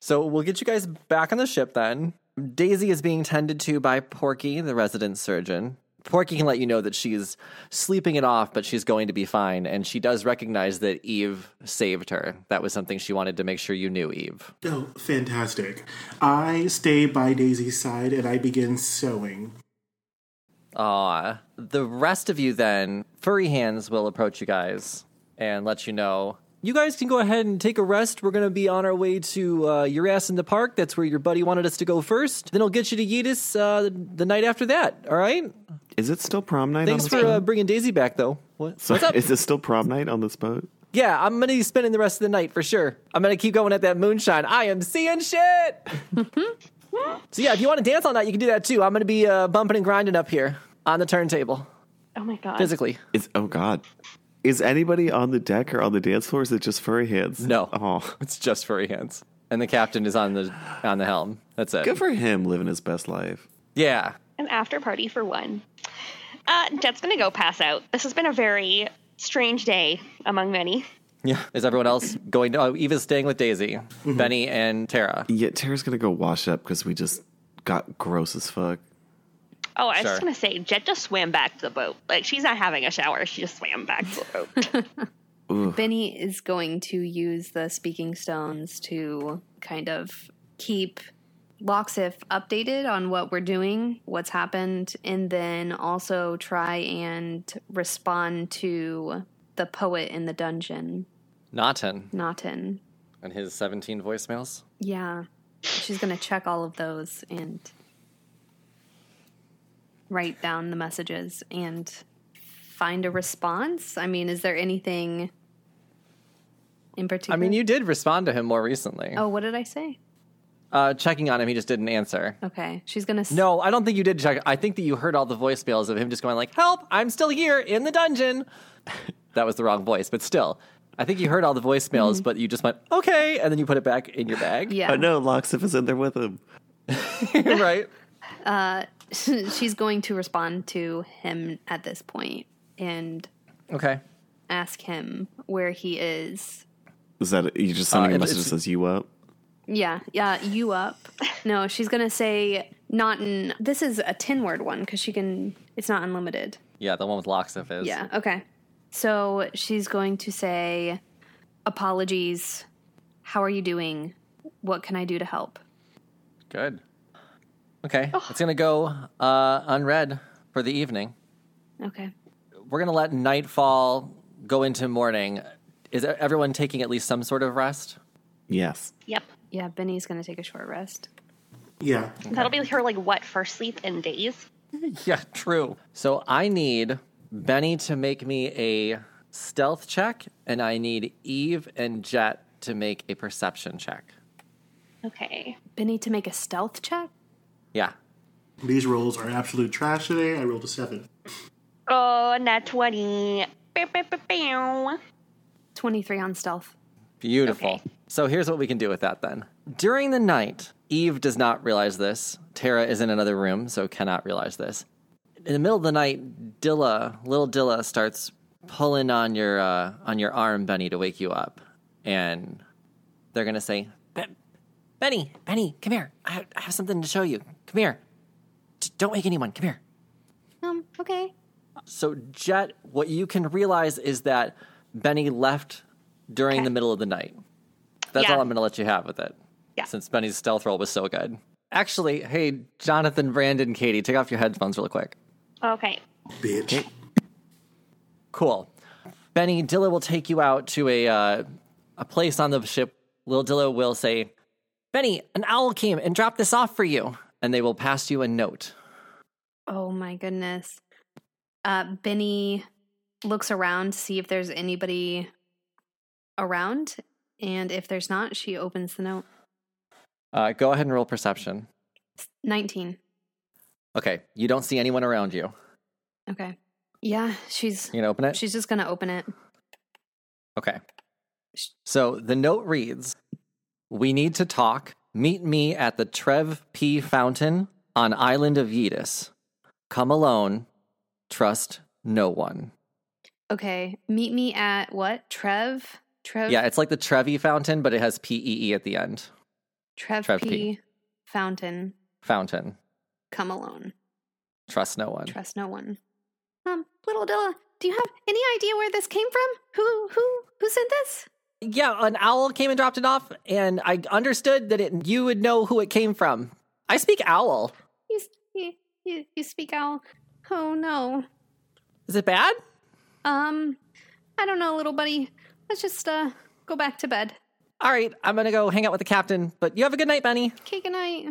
B: So we'll get you guys back on the ship then. Daisy is being tended to by Porky, the resident surgeon. Porky can let you know that she's sleeping it off, but she's going to be fine. And she does recognize that Eve saved her. That was something she wanted to make sure you knew, Eve.
F: Oh, fantastic! I stay by Daisy's side and I begin sewing.
B: Aw. The rest of you then, furry hands will approach you guys and let you know. You guys can go ahead and take a rest. We're going to be on our way to uh, your ass in the park. That's where your buddy wanted us to go first. Then he'll get you to Yeetis uh, the, the night after that. All right?
E: Is it still prom night
B: Thanks
E: on
B: for
E: this
B: uh,
E: boat?
B: bringing Daisy back, though. What?
E: Sorry,
B: What's up?
E: Is it still prom night on this boat?
B: yeah, I'm gonna be spending the rest of the night for sure. I'm gonna keep going at that moonshine. I am seeing shit. so yeah, if you want to dance all night, you can do that too. I'm gonna be uh, bumping and grinding up here on the turntable
A: Oh my god.
B: physically.
E: Is Oh, God. Is anybody on the deck or on the dance floor? Is it just furry hands?
B: No.
E: Oh,
B: It's just furry hands, and the captain is on the on the helm. That's it.
E: good for him living his best life.
B: yeah.
A: An after party for one. Uh Jet's gonna go pass out. This has been a very strange day among many.
B: Yeah. Is everyone else going? To, oh, Eva's staying with Daisy,
E: Mm-hmm.
B: Benny, and Tara.
E: Yet Tara's going to go wash up because we just got gross as fuck.
A: Oh, I was
B: Sure.
A: just gonna say, Jet just swam back to the boat. Like she's not having a shower, she just swam back to the boat.
C: Benny is going to use the speaking stones to kind of keep Loxif updated on what we're doing, what's happened, and then also try and respond to the poet in the dungeon,
B: Naughton
C: Naughton.
B: and his 17 voicemails.
C: Yeah. She's going to check all of those and write down the messages and find a response. I mean, is there anything in
B: I
C: particular?
B: mean, you did respond to him more recently.
C: Oh, what did I say?
B: Uh, checking on him, he just didn't answer.
C: Okay. She's going to.
B: No, I don't think you did check. I think that you heard all the voicemails of him just going like, "Help! I'm still here in the dungeon." *laughs* that was the wrong voice, but still, I think you heard all the voicemails, but you just went okay, and then you put it back in your bag,
C: Mm-hmm. Yeah.
E: Oh, no, Loxif is in there with him.
B: *laughs* right?
C: *laughs* She's going to respond to him at this point and
B: Okay.
C: ask him where he is.
E: Is that you just sending
B: Uh,
E: a
B: it-
E: message that
B: it's-
E: says you up?
C: Yeah. Yeah. You up. No, she's going to say, not in. This is a 10 word one because she can. It's not unlimited.
B: Yeah, the one with locksmith is.
C: Yeah, okay. So she's going to say, Apologies. How are you doing? What can I do to help?
B: Good. Okay. It's going to go uh, unread for the evening.
C: Okay.
B: We're going to let nightfall go into morning. Is e-, everyone taking at least some sort of rest?
E: Yes.
A: Yep.
C: Yeah, Benny's going to take a short rest.
F: Yeah.
A: That'll be her like what first sleep in days.
B: *laughs* Yeah, true. So I need Benny to make me a stealth check, and I need Eve and Jet to make a perception check.
A: Okay.
C: Benny to make a stealth check?
B: Yeah.
F: These rolls are absolute trash today. I rolled a seven.
A: Oh, not twenty. Bow, bow, bow, bow.
C: 23 on stealth.
B: Beautiful.
A: Okay.
B: So here's what we can do with that then. During the night, Eve does not realize this. Tara is in another room, so cannot realize this. In the middle of the night, Dilla, little Dilla, starts pulling on your uh, on your arm, Benny, to wake you up, and they're gonna say, "Ben- "Benny, Benny, come here. I have, I have something to show you. Come here. Just don't wake anyone. Come here."
C: Um, okay.
B: So, Jet, what you can realize is that Benny left during the middle of the night. That's
A: Yeah.
B: all I'm going to let you have with it.
A: Yeah.
B: Since Benny's stealth roll was so good. Actually, hey, Jonathan, Brandon, Katie, take off your headphones real quick.
A: Okay.
F: Bitch.
B: Cool. Benny, Dilla will take you out to a uh, a place on the ship. Lil Dilla will say, Benny, an owl came and dropped this off for you. And they will pass you a note.
C: Oh my goodness. Uh, Benny looks around to see if there's anybody around. And if there's not, she opens the note.
B: Uh, go ahead and roll perception.
C: 19.
B: Okay, you don't see anyone around you.
C: Okay. Yeah, she's
B: You gonna open it?
C: she's just going to open it.
B: Okay. So the note reads We need to talk. Meet me at the Trev P. Fountain on Island of Yetis. Come alone. Trust no one.
C: Okay. Meet me at what? Trev? Trev?
B: Yeah, it's like the Trevi Fountain, but it has P E E at the end.
C: Trev,
B: Trev
C: P.
B: P.
C: Fountain.
B: Fountain.
C: Come alone.
B: Trust no one.
C: Trust no one. Um, little Dilla, do you have any idea where this came from? Who who who sent this?
B: Yeah, an owl came and dropped it off, and I understood that it, you would know who it came from. I speak owl.
C: You s- you you, you speak owl. Oh no.
B: Is it bad?
C: Um, I don't know, little buddy. Let's just uh go back to bed.
B: All right, I'm going to go hang out with the captain, but you have a good night, Benny.
C: Okay, good night.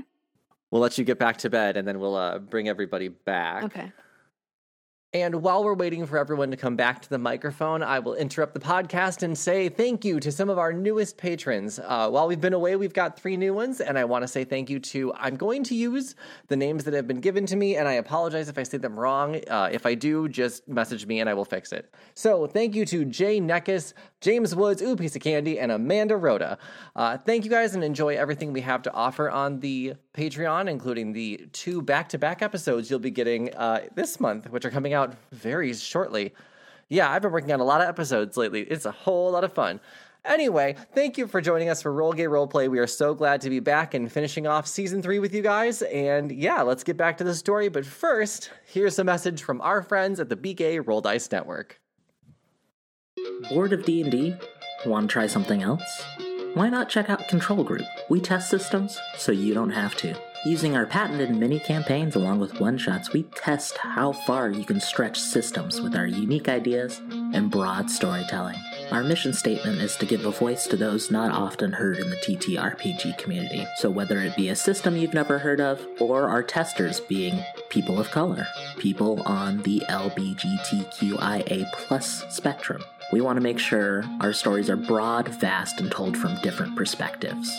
B: We'll let you get back to bed and then we'll uh, bring everybody back.
C: Okay.
B: And while we're waiting for everyone to come back to the microphone, I will interrupt the podcast and say thank you to some of our newest patrons. Uh, while we've been away, we've got three new ones, and I want to say thank you to. I'm going to use the names that have been given to me, and I apologize if I say them wrong. Uh, if I do, just message me and I will fix it. So thank you to Jay Neckis, James Woods, Ooh Piece of Candy, and Amanda Rhoda. Uh, thank you guys and enjoy everything we have to offer on the Patreon, including the two back to back episodes you'll be getting uh, this month, which are coming out very shortly. Yeah, I've been working on a lot of episodes lately. It's a whole lot of fun. Anyway, thank you for joining us for Roll Gay Roleplay. We are so glad to be back and finishing off season three with you guys. And yeah, let's get back to the story. But first, here's a message from our friends at the BK Roll Dice Network.
G: Bored of D&D? Want to try something else? Why not check out Control Group? We test systems so you don't have to. Using our patented mini campaigns along with one-shots, we test how far you can stretch systems with our unique ideas and broad storytelling. Our mission statement is to give a voice to those not often heard in the TTRPG community. So whether it be a system you've never heard of or our testers being people of color, people on the LBGTQIA plus spectrum, we want to make sure our stories are broad, vast, and told from different perspectives.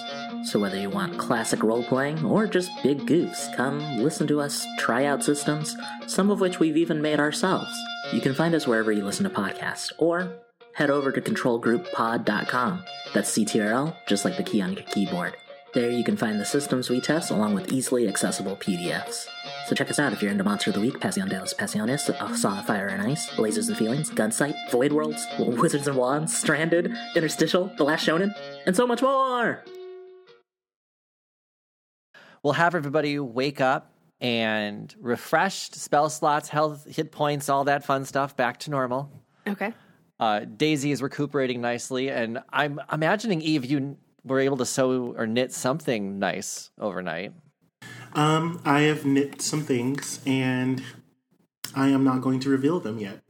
G: So whether you want classic role playing or just big goofs, come listen to us try out systems, some of which we've even made ourselves. You can find us wherever you listen to podcasts or head over to controlgrouppod.com. That's CTRL, just like the key on your keyboard. There you can find the systems we test along with easily accessible PDFs. So check us out if you're into Monster of the Week, Passion de los Pasiones, A Song of Fire and Ice, Lasers and Feelings, Gunsight, Void Worlds, Wizards and Wands, Stranded, Interstitial, The Last Shonen, and so much more!
B: We'll have everybody wake up and refreshed spell slots, health, hit points, all that fun stuff back to normal.
C: Okay.
B: Uh, Daisy is recuperating nicely, and I'm imagining Eve, you were able to sew or knit something nice overnight.
F: Um, I have knit some things, and I am not going to reveal them yet.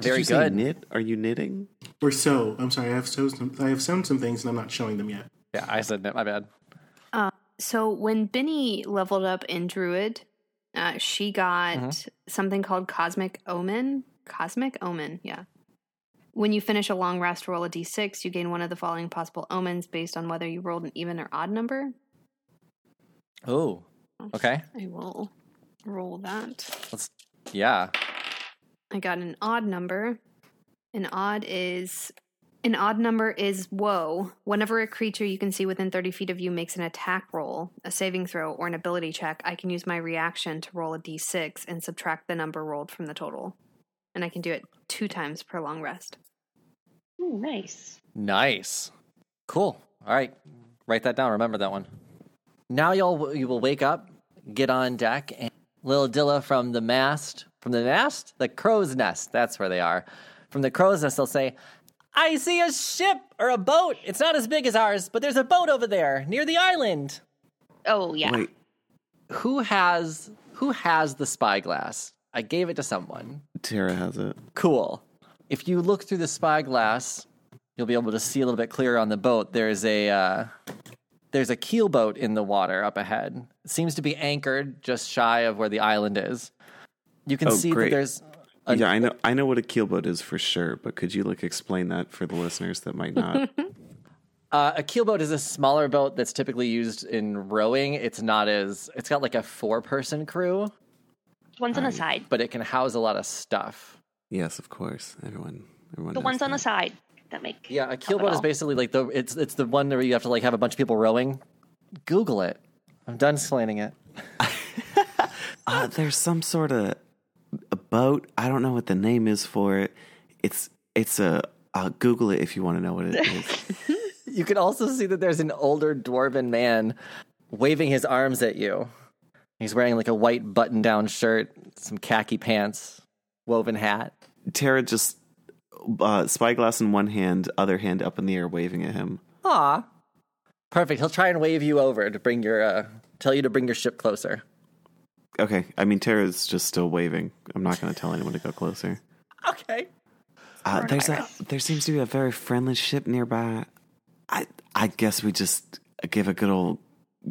E: Did
B: Very
E: you say
B: good.
E: knit? Are you knitting?
F: Or so. I'm sorry. I have sewn some. I have sewn some things, and I'm not showing them yet.
B: Yeah, I said knit. My bad.
C: So when Benny leveled up in Druid, uh, she got something called Cosmic Omen. Cosmic Omen, yeah. When you finish a long rest, roll a d6. You gain one of the following possible omens based on whether you rolled an even or odd number.
B: Oh, okay.
C: I will roll that.
B: Let's. Yeah.
C: I got an odd number. An odd is an odd number is woe. Whenever a creature you can see within 30 feet of you makes an attack roll, a saving throw, or an ability check, I can use my reaction to roll a d6 and subtract the number rolled from the total. And I can do it two times per long rest.
A: Ooh, nice.
B: Nice. Cool. All right. Write that down. Remember that one. Now y'all you will wake up, get on deck, and little Dilla from the mast, from the mast, the crow's nest. That's where they are. From the crow's nest, they'll say, "I see a ship or a boat. It's not as big as ours, but there's a boat over there near the island."
A: Oh yeah.
E: Wait,
B: Who has who has the spyglass? I gave it to someone.
E: Tara has it.
B: Cool. If you look through the spyglass, you'll be able to see a little bit clearer on the boat. There's a uh, there's a keel boat in the water up ahead. It seems to be anchored just shy of where the island is. You can
E: Oh,
B: see
E: great.
B: that there's a,
E: yeah, I know. I know what a keelboat is for sure, but could you like explain that for the listeners that
B: *laughs*
E: might not?
B: uh, a keel boat is a smaller boat that's typically used in rowing. It's not as it's got like a four person crew,
A: One's on the side.
B: but it can house a lot of stuff.
E: yes, of course. Everyone, everyone.
A: The
E: knows
A: ones on
E: that.
A: the side that make.
B: Yeah, a
A: help
B: keelboat
A: at
B: is
A: all.
B: basically like the it's it's the one where you have to like have a bunch of people rowing. Google it. I'm done explaining it.
E: Uh, there's some sort of a boat. I don't know what the name is for it. It's it's a. Uh, Google it if you want to know what it is.
B: You can also see that there's an older dwarven man waving his arms at you. He's wearing like a white button down shirt, some khaki pants, woven hat.
E: Tara just uh, spyglass in one hand, other hand up in the air, waving at him.
B: Aw. Perfect. He'll try and wave you over to bring your, uh, tell you to bring your ship closer.
E: Okay, I mean Tara's just still waving. I'm not going to tell anyone to go closer.
B: Okay.
E: Uh, there's a there seems to be a very friendly ship nearby. I I guess we just give a good old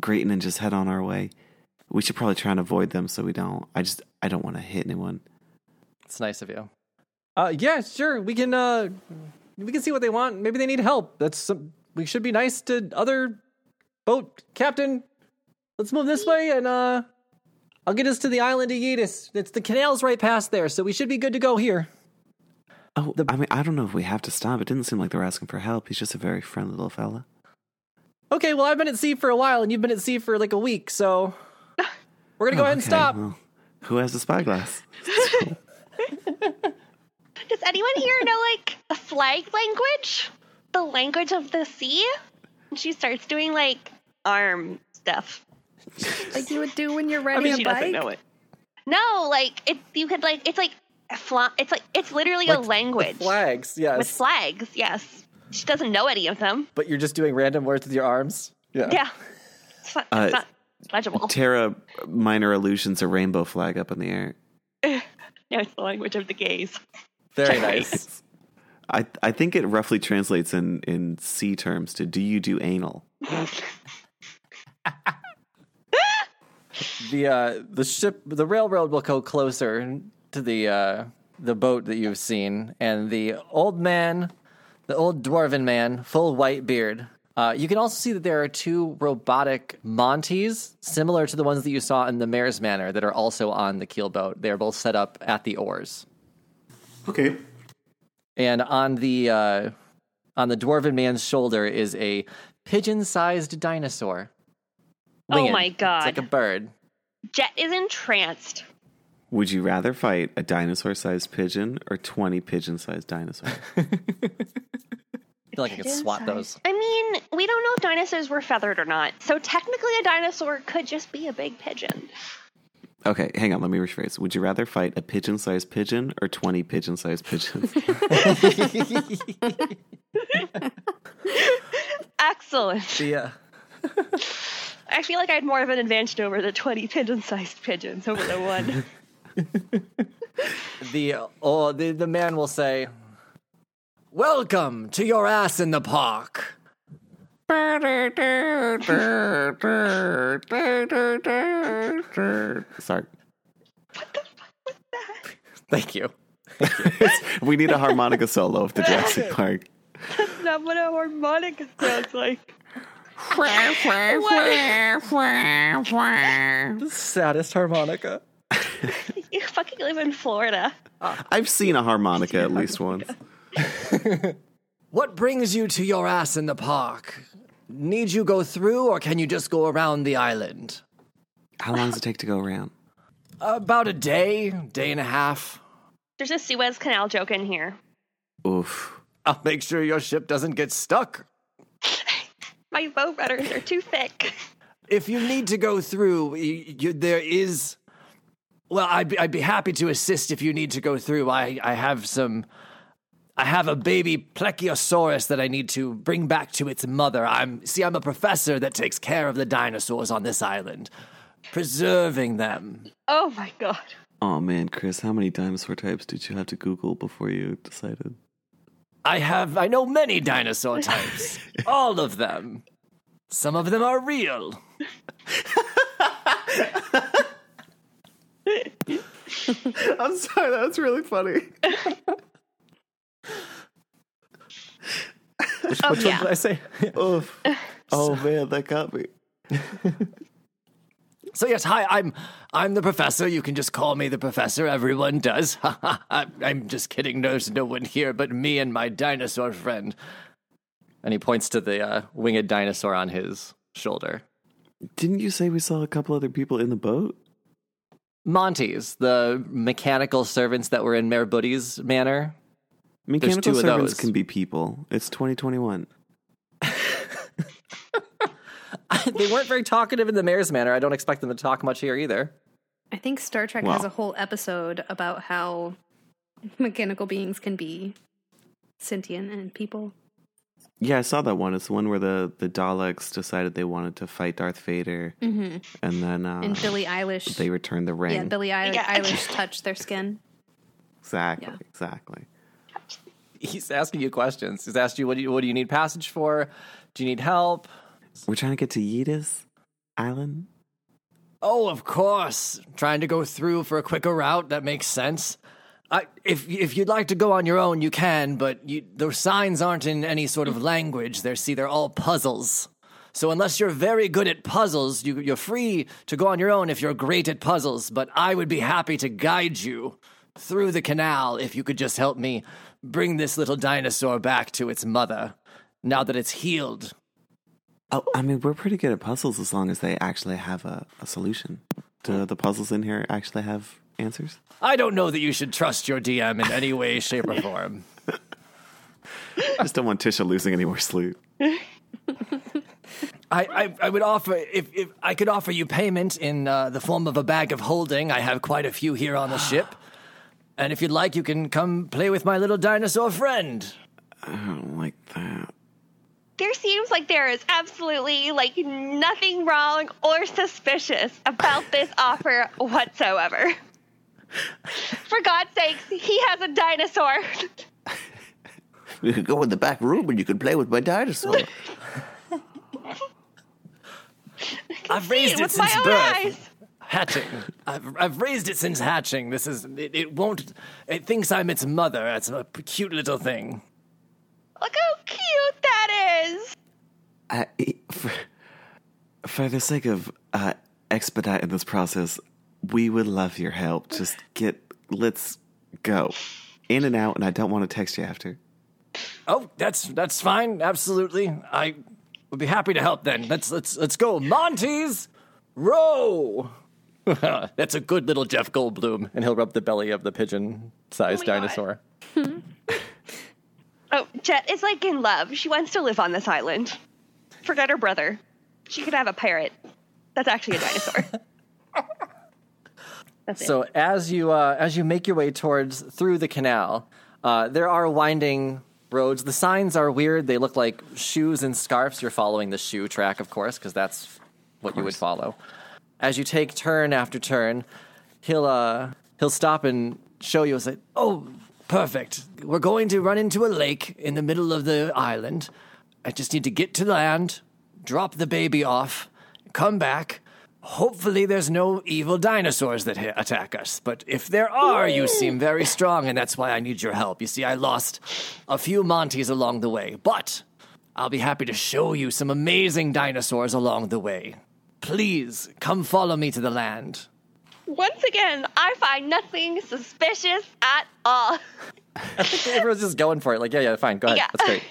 E: greeting and just head on our way. We should probably try and avoid them so we don't. I just I don't want to hit anyone.
B: It's nice of you. Uh, yeah, sure. We can, uh, we can see what they want. Maybe they need help. That's some, we should be nice to other boat captain. Let's move this way and, uh, I'll get us to the island of Yetis. It's the canal's right past there, so we should be good to go here.
E: Oh, I mean I don't know if we have to stop. It didn't seem like they were asking for help. He's just a very friendly little fella.
B: Okay, well, I've been at sea for a while and you've been at sea for like a week, so we're gonna go ahead and
E: Oh, Okay,
B: stop.
E: well, who has the spyglass?
A: Does anyone here know like the flag language? The language of the sea? And she starts doing like arm stuff.
C: Like you would do when you're riding
A: she
C: a bike.
A: doesn't know it. No, like it you could like it's like a fla- it's like it's literally
B: Like
A: a
B: the
A: language
B: Flags, yes.
A: with flags. Yes. She doesn't know any of them.
B: but you're just doing random words with your arms.
A: Yeah. It's not, it's
E: Uh,
A: not legible.
E: Tara minor illusions a rainbow flag up in the air.
A: no, it's the language of the gays.
B: Very nice.
E: I I think it roughly translates in in sea terms to do you do anal?
B: the uh, the ship the railroad will go closer to the uh, the boat that you've seen and the old man the old dwarven man full white beard uh, you can also see that there are two robotic monties similar to the ones that you saw in the mayor's manor that are also on the keel boat they're both set up at the oars
F: Okay.
B: and on the uh, on the dwarven man's shoulder is a pigeon-sized dinosaur
A: Oh
B: Winged.
A: my God.
B: it's like a bird
A: Jet is entranced.
E: Would you rather fight a dinosaur sized pigeon or 20 pigeon sized dinosaurs?
B: I feel like I could swat those.
A: I mean, we don't know if dinosaurs were feathered or not, so technically a dinosaur could just be a big pigeon.
E: *laughs* Okay, hang on. Let me rephrase. Would you rather fight a pigeon-sized pigeon or twenty pigeon-sized pigeons? *laughs*
A: Excellent.
B: yeah.
A: I feel like I had more of an advantage over the 20 pigeon sized pigeons over the one. *laughs*
B: the oh the, the man will say welcome to your ass in the park
E: Sorry,
B: thank you
E: we need a harmonica solo of the
B: *laughs*
E: Jurassic Park.
A: That's not what a harmonica sounds like.
B: the saddest harmonica
A: You fucking live in Florida.
E: I've seen a harmonica at least once.
B: what brings you to your ass in the park need you go through or can you just go around the island
E: How long does it take to go around?
B: about a day day and a half
A: There's a Suez Canal joke in here.
E: Oof.
B: i'll make sure your ship doesn't get stuck
A: My bow rudders are too thick.
B: if you need to go through, you, you, there is. Well, I'd be, I'd be happy to assist if you need to go through. I, I have some. I have a baby plechiosaurus that I need to bring back to its mother. I'm see, I'm a professor that takes care of the dinosaurs on this island, preserving them.
A: Oh my god.
E: Oh man, Chris, how many dinosaur types did you have to Google before you decided?
B: I have I know many dinosaur
E: *laughs*
B: types, all of them. Some of them are real.
E: *laughs* I'm sorry, that was really funny.
C: Oh, yeah.
B: I say.
E: *laughs* Oof. Oh man, that got me.
B: So yes, hi, I'm I'm the professor. You can just call me the professor. Everyone does. *laughs* I'm I'm just kidding. There's no one here but me and my dinosaur friend. And he points to the uh, winged dinosaur on his shoulder.
E: Didn't you say we saw a couple other people in the boat?
B: Monty's, the mechanical servants that were in Mayor Booty's manor.
E: Mechanical
B: two of
E: servants
B: those.
E: can be people. It's 2021.
B: *laughs* they weren't very talkative in the mayor's manor. I don't expect them to talk much here either.
C: I think Star Trek
E: Wow.
C: has a whole episode about how mechanical beings can be sentient and people.
E: Yeah, I saw that one. It's the one where the the Daleks decided they wanted to fight Darth Vader,
C: Mm-hmm.
E: and then uh,
C: And Billie Eilish.
E: they returned the ring.
C: yeah, Billie I-
A: Yeah.
C: Eilish touched their skin.
E: exactly,
C: yeah.
E: exactly.
B: He's asking you questions. He's asked you what do you what do you need passage for? Do you need help?
E: We're trying to get to Yetis Island.
B: Oh, of course. Trying to go through for a quicker route. That makes sense. I, if if you'd like to go on your own, you can, but you, the signs aren't in any sort of language. They're see, they're all puzzles. So unless you're very good at puzzles, you, you're free to go on your own if you're great at puzzles. But I would be happy to guide you through the canal if you could just help me bring this little dinosaur back to its mother now that it's healed.
E: Oh, I mean, we're pretty good at puzzles as long as they actually have a, a solution. Do the puzzles in here actually have answers?
B: I don't know that you should trust your DM in any way, shape, or form.
E: I just don't want Tisha losing any more sleep.
B: I, I, I would offer if, if I could offer you payment in uh, the form of a bag of holding. I have quite a few here on the ship, and if you'd like, you can come play with my little dinosaur friend.
E: I don't like that.
A: There seems like there is absolutely like nothing wrong or suspicious about this offer whatsoever. For God's sakes, he has a dinosaur. *laughs*
E: You could go in the back room and you could play with my dinosaur.
B: I've raised it
A: with my
B: since
A: own
B: birth.
A: eyes.
B: Hatching. I've, I've raised it since hatching. This is it, it. Won't. It thinks I'm its mother. It's a cute little thing.
A: Look how cute that is.
E: *laughs* I, for, for the sake of uh, expediting this process, we would love your help. Just get, let's go. In and out, and I don't want to text you after.
B: Oh, that's that's fine. Absolutely, I would be happy to help. Then let's let's let's go, Monty's row. *laughs* that's a good little Jeff Goldblum, and he'll rub the belly of the pigeon-sized
A: Oh my God.
B: dinosaur.
A: Oh, Jet is like in love. She wants to live on this island. Forget her brother. She could have a parrot. That's actually a dinosaur. That's
B: So
A: it.
B: as you uh, as you make your way towards through the canal, uh, there are winding roads. The signs are weird. They look like shoes and scarves. You're following the shoe track, of course, because that's what you would follow. As you take turn after turn, he'll uh, he'll stop and show you. He'll say, "Oh, perfect. We're going to run into a lake in the middle of the island. I just need to get to land, drop the baby off, come back." Hopefully, there's no evil dinosaurs that hit, attack us. But if there are, you seem very strong, and that's why I need your help. You see, I lost a few Monties along the way, but I'll be happy to show you some amazing dinosaurs along the way. Please come follow me to the land.
A: Once again, I find nothing suspicious at all.
B: Everyone's just going for it. Like, yeah, yeah, fine, go ahead.
A: Yeah.
B: That's great.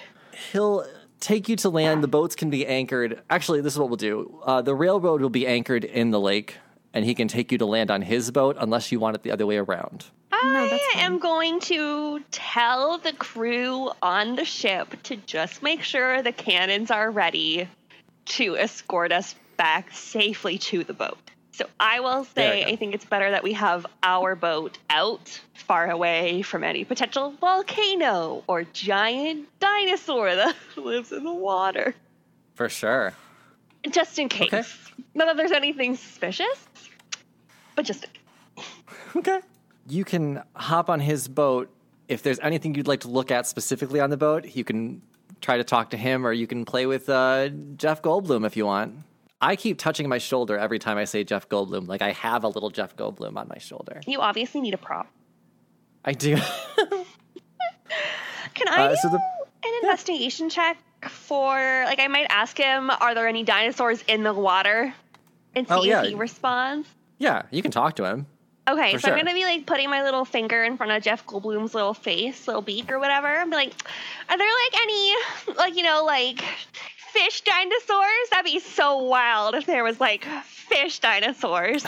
B: He'll take you to land. The boats can be anchored. Actually, this is what we'll do. Uh, the railroad will be anchored in the lake, and he can take you to land on his boat unless you want it the other way around.
A: I am going to tell the crew on the ship to just make sure the cannons are ready to escort us back safely to the boat. So I will
B: There
A: say
B: you go.
A: I think it's better that we have our boat out far away from any potential volcano or giant dinosaur that *laughs* lives in the water.
B: For sure.
A: Just in case.
B: Okay.
A: Not that there's anything suspicious, but just
B: Okay. You can hop on his boat. If there's anything you'd like to look at specifically on the boat, you can try to talk to him or you can play with uh, Jeff Goldblum if you want. I keep touching my shoulder every time I say Jeff Goldblum. Like I have a little Jeff Goldblum on my shoulder.
A: you obviously need a prop.
B: I do. *laughs*
A: Can I
B: Uh,
A: do
B: so the-
A: an investigation check for like I might ask him, are there any dinosaurs in the water? And see
B: Oh, yeah.
A: if he responds.
B: yeah, you can talk to him.
A: Okay,
B: For
A: so
B: sure.
A: I'm gonna be like putting my little finger in front of Jeff Goldblum's little face, little beak or whatever, and be like, are there like any like you know like fish dinosaurs? That'd be so wild if there was like fish dinosaurs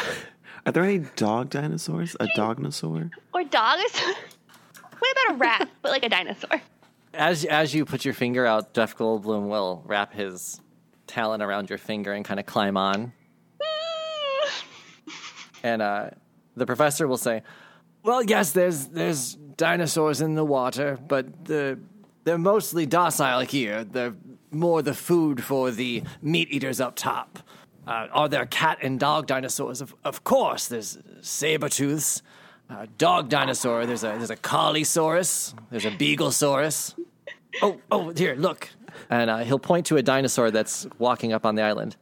E: Are there any dog dinosaurs? A dognosaur?
A: or dogs. *laughs* what about a
B: *laughs*
A: rat, but like a dinosaur?
B: As as you put your finger out, Jeff Goldblum will wrap his talon around your finger and kind of climb on. and uh, the professor will say, "Well, yes, there's there's dinosaurs in the water, but the they're mostly docile here. They're more the food for the meat eaters up top. Uh, are there cat and dog dinosaurs? Of, of course, there's saber tooths." Uh, dog dinosaur. There's a there's a collisaurus. There's a beaglesaurus. Oh oh here look, and uh, he'll point to a dinosaur that's walking up on the island.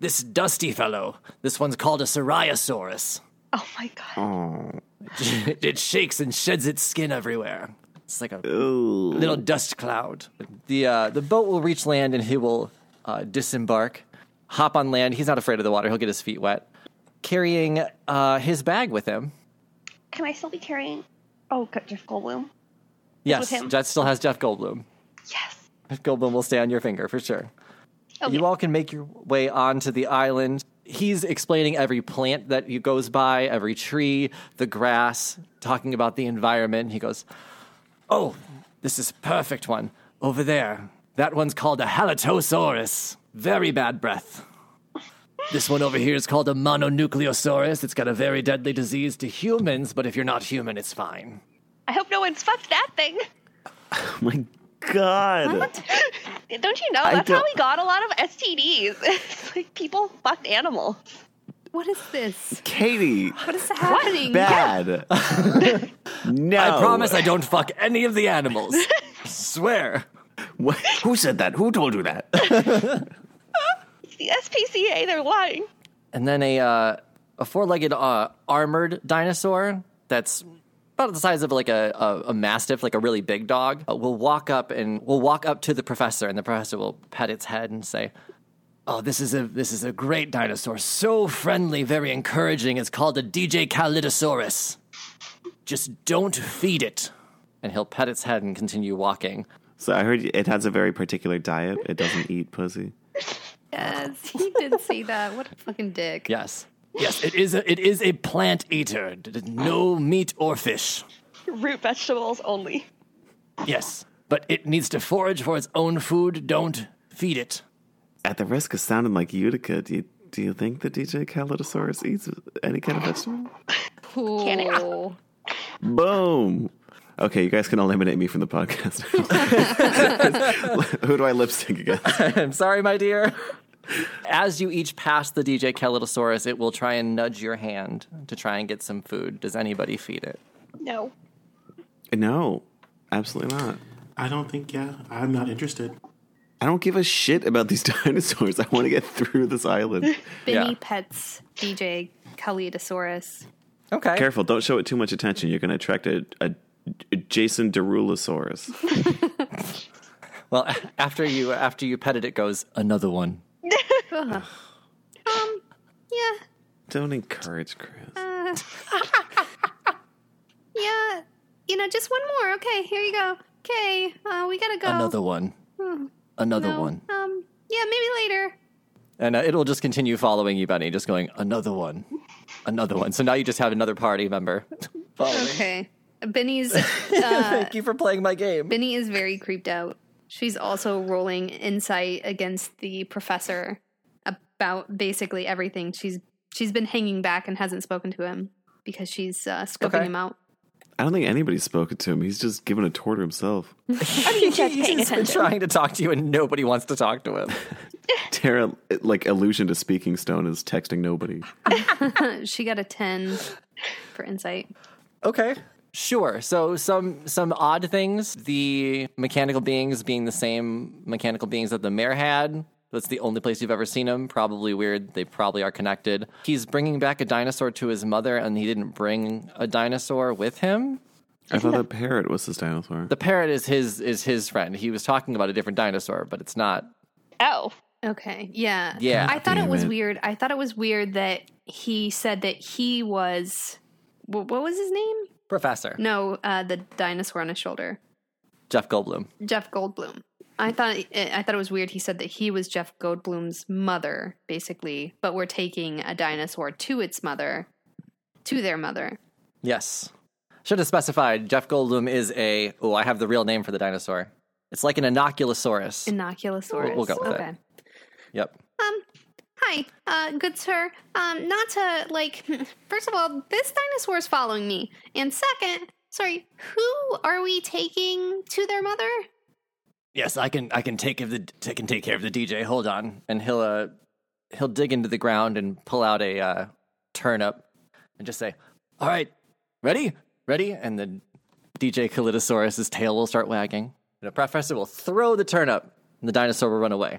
B: This dusty fellow. This one's called a *laughs* Sariosaurus.
A: Oh my god.
B: it shakes and sheds its skin everywhere. It's like a
E: Ooh.
B: little dust cloud. The uh, the boat will reach land and he will uh, disembark, hop on land. He's not afraid of the water. He'll get his feet wet, carrying uh, his bag with him.
A: Can I still be carrying Oh good, Jeff Goldblum?
B: Yes,
A: him.
B: that still has Jeff Goldblum.
A: Yes.
B: Jeff Goldblum will stay on your finger for sure.
A: Okay.
B: You all can make your way onto the island. He's explaining every plant that he goes by, every tree, the grass, talking about the environment. He goes, Oh, this is perfect one. Over there. That one's called a halitosaurus. Very bad breath. This one over here is called a mononucleosaurus. It's got a very deadly disease to humans, but if you're not human, it's fine.
A: I hope no one's fucked that thing.
E: Oh my god.
A: Don't you know? That's how
E: don't-
A: we got a lot of STDs. *laughs* It's like people fucked animals.
C: What is this?
E: Katie,
C: What is happening?
E: bad. *laughs* no.
B: I promise I don't fuck any of the animals. Swear.
E: What? *laughs* Who said that? Who told you that? *laughs*
A: It's the SPCA, they're lying.
B: and then a uh, a four legged uh, armored dinosaur that's about the size of like a, a, a mastiff, like a really big dog, uh, will walk up and will walk up to the professor, and the professor will pet its head and say, "Oh, this is a this is a great dinosaur, so friendly, very encouraging. It's called a DJ Calidosaurus. Just don't feed it." And he'll pet its head and continue walking.
E: so I heard it has a very particular diet. It doesn't eat pussy.
C: Yes, he did see that. What a fucking dick.
B: Yes. Yes, it is a, it is a plant eater. D- d- No meat or fish.
A: Root vegetables only.
B: Yes, but it needs to forage for its own food. Don't feed it.
E: At the risk of sounding like Utica, do you, do you think the DJ Calidosaurus eats any kind of vegetable?
A: Can it?
C: Ooh.
E: Boom. Okay, you guys can eliminate me from the podcast. *laughs* Who do I lip sync
B: *laughs*
E: against?
B: I'm sorry, my dear. As you each pass the DJ Kelitosaurus, it will try and nudge your hand to try and get some food. Does anybody feed it?
A: No.
E: No, absolutely not.
F: I don't think, yeah, I'm not interested.
E: I don't give a shit about these *laughs* dinosaurs. I want to get through this island.
C: Benny
B: Yeah.
C: pets DJ Kaleidosaurus.
B: Okay.
E: Careful, don't show it too much attention. You're going to attract a, a, a Jason Derulosaurus.
B: Well, *laughs* after you after you pet it, it goes another one.
C: Um, Yeah,
E: don't encourage Chris.
C: yeah. You know, just one more. Okay, here you go. Okay, uh, we gotta go.
B: Another one. Another
C: No,
B: one.
C: Um, yeah, maybe later.
B: And uh, it'll just continue following you, Bunny, just going another one, another one. So now you just have another party *laughs* member. following.
C: Okay, Benny's uh,
B: Thank you for playing my game.
C: Benny is very creeped out. She's also rolling insight against the professor about basically everything. She's she's been hanging back and hasn't spoken to him because she's uh, scoping
B: Okay.
C: him out.
E: I don't think anybody's spoken to him. He's just given a tour to himself.
A: I mean, just paying
B: He's been
A: attention.
B: trying to talk to you, and nobody wants to talk to him.
E: Tara, like, allusion to Speaking Stone is texting nobody.
C: she got a ten for insight.
B: Okay. Sure. So some some odd things. The mechanical beings being the same mechanical beings that the mayor had. That's the only place you've ever seen them. Probably weird. They probably are connected. He's bringing back a dinosaur to his mother, and he didn't bring a dinosaur with him.
E: I thought that parrot was this dinosaur.
B: The parrot is his is his friend. He was talking about a different dinosaur, but it's not.
A: Oh,
C: Okay. Yeah.
B: Yeah.
C: I thought it
E: Damn
C: was
E: it.
C: weird. I thought it was weird that he said that he was wh- what was his name?
B: Professor
C: No, uh, the dinosaur on his shoulder,
B: Jeff Goldblum.
C: Jeff Goldblum. I thought eh, I thought it was weird. He said that he was Jeff Goldblum's mother, basically, but we're taking a dinosaur to its mother, to their mother.
B: Yes. Should have specified Jeff Goldblum is a. Oh, I have the real name for the dinosaur. It's like an inoculosaurus.
C: Innoculosaurus.
B: We'll go with that.
C: okay.
B: yep.
C: Um, hi, uh, good sir. Um, not to like. *laughs* First of all, this dinosaur is following me, and second, sorry, who are we taking to their mother?
B: Yes, I can. I can take of the. I can take care of the DJ. Hold on, and he'll uh, he'll dig into the ground and pull out a uh, turnip, and just say, "All right, ready, ready." And the DJ Kalidosaurus's tail will start wagging. And the professor will throw the turnip, and the dinosaur will run away.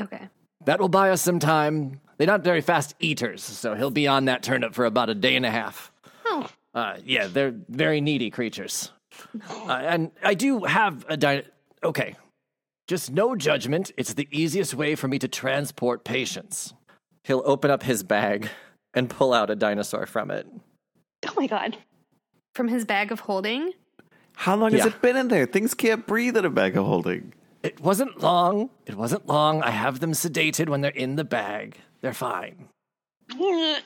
C: Okay.
B: That will buy us some time. They're not very fast eaters, so he'll be on that turnip for about a day and a half.
C: Oh,
B: Uh, yeah, they're very needy creatures. Uh, and I do have a di- okay. Just no judgment. It's the easiest way for me to transport patients. He'll open up his bag and pull out a dinosaur from it.
A: oh my god. *laughs*
C: from his bag of holding.
E: How long has
B: Yeah.
E: it been in there? Things can't breathe in a bag of holding.
B: It wasn't long. It wasn't long. I have them sedated when they're in the bag. They're fine.
A: Oh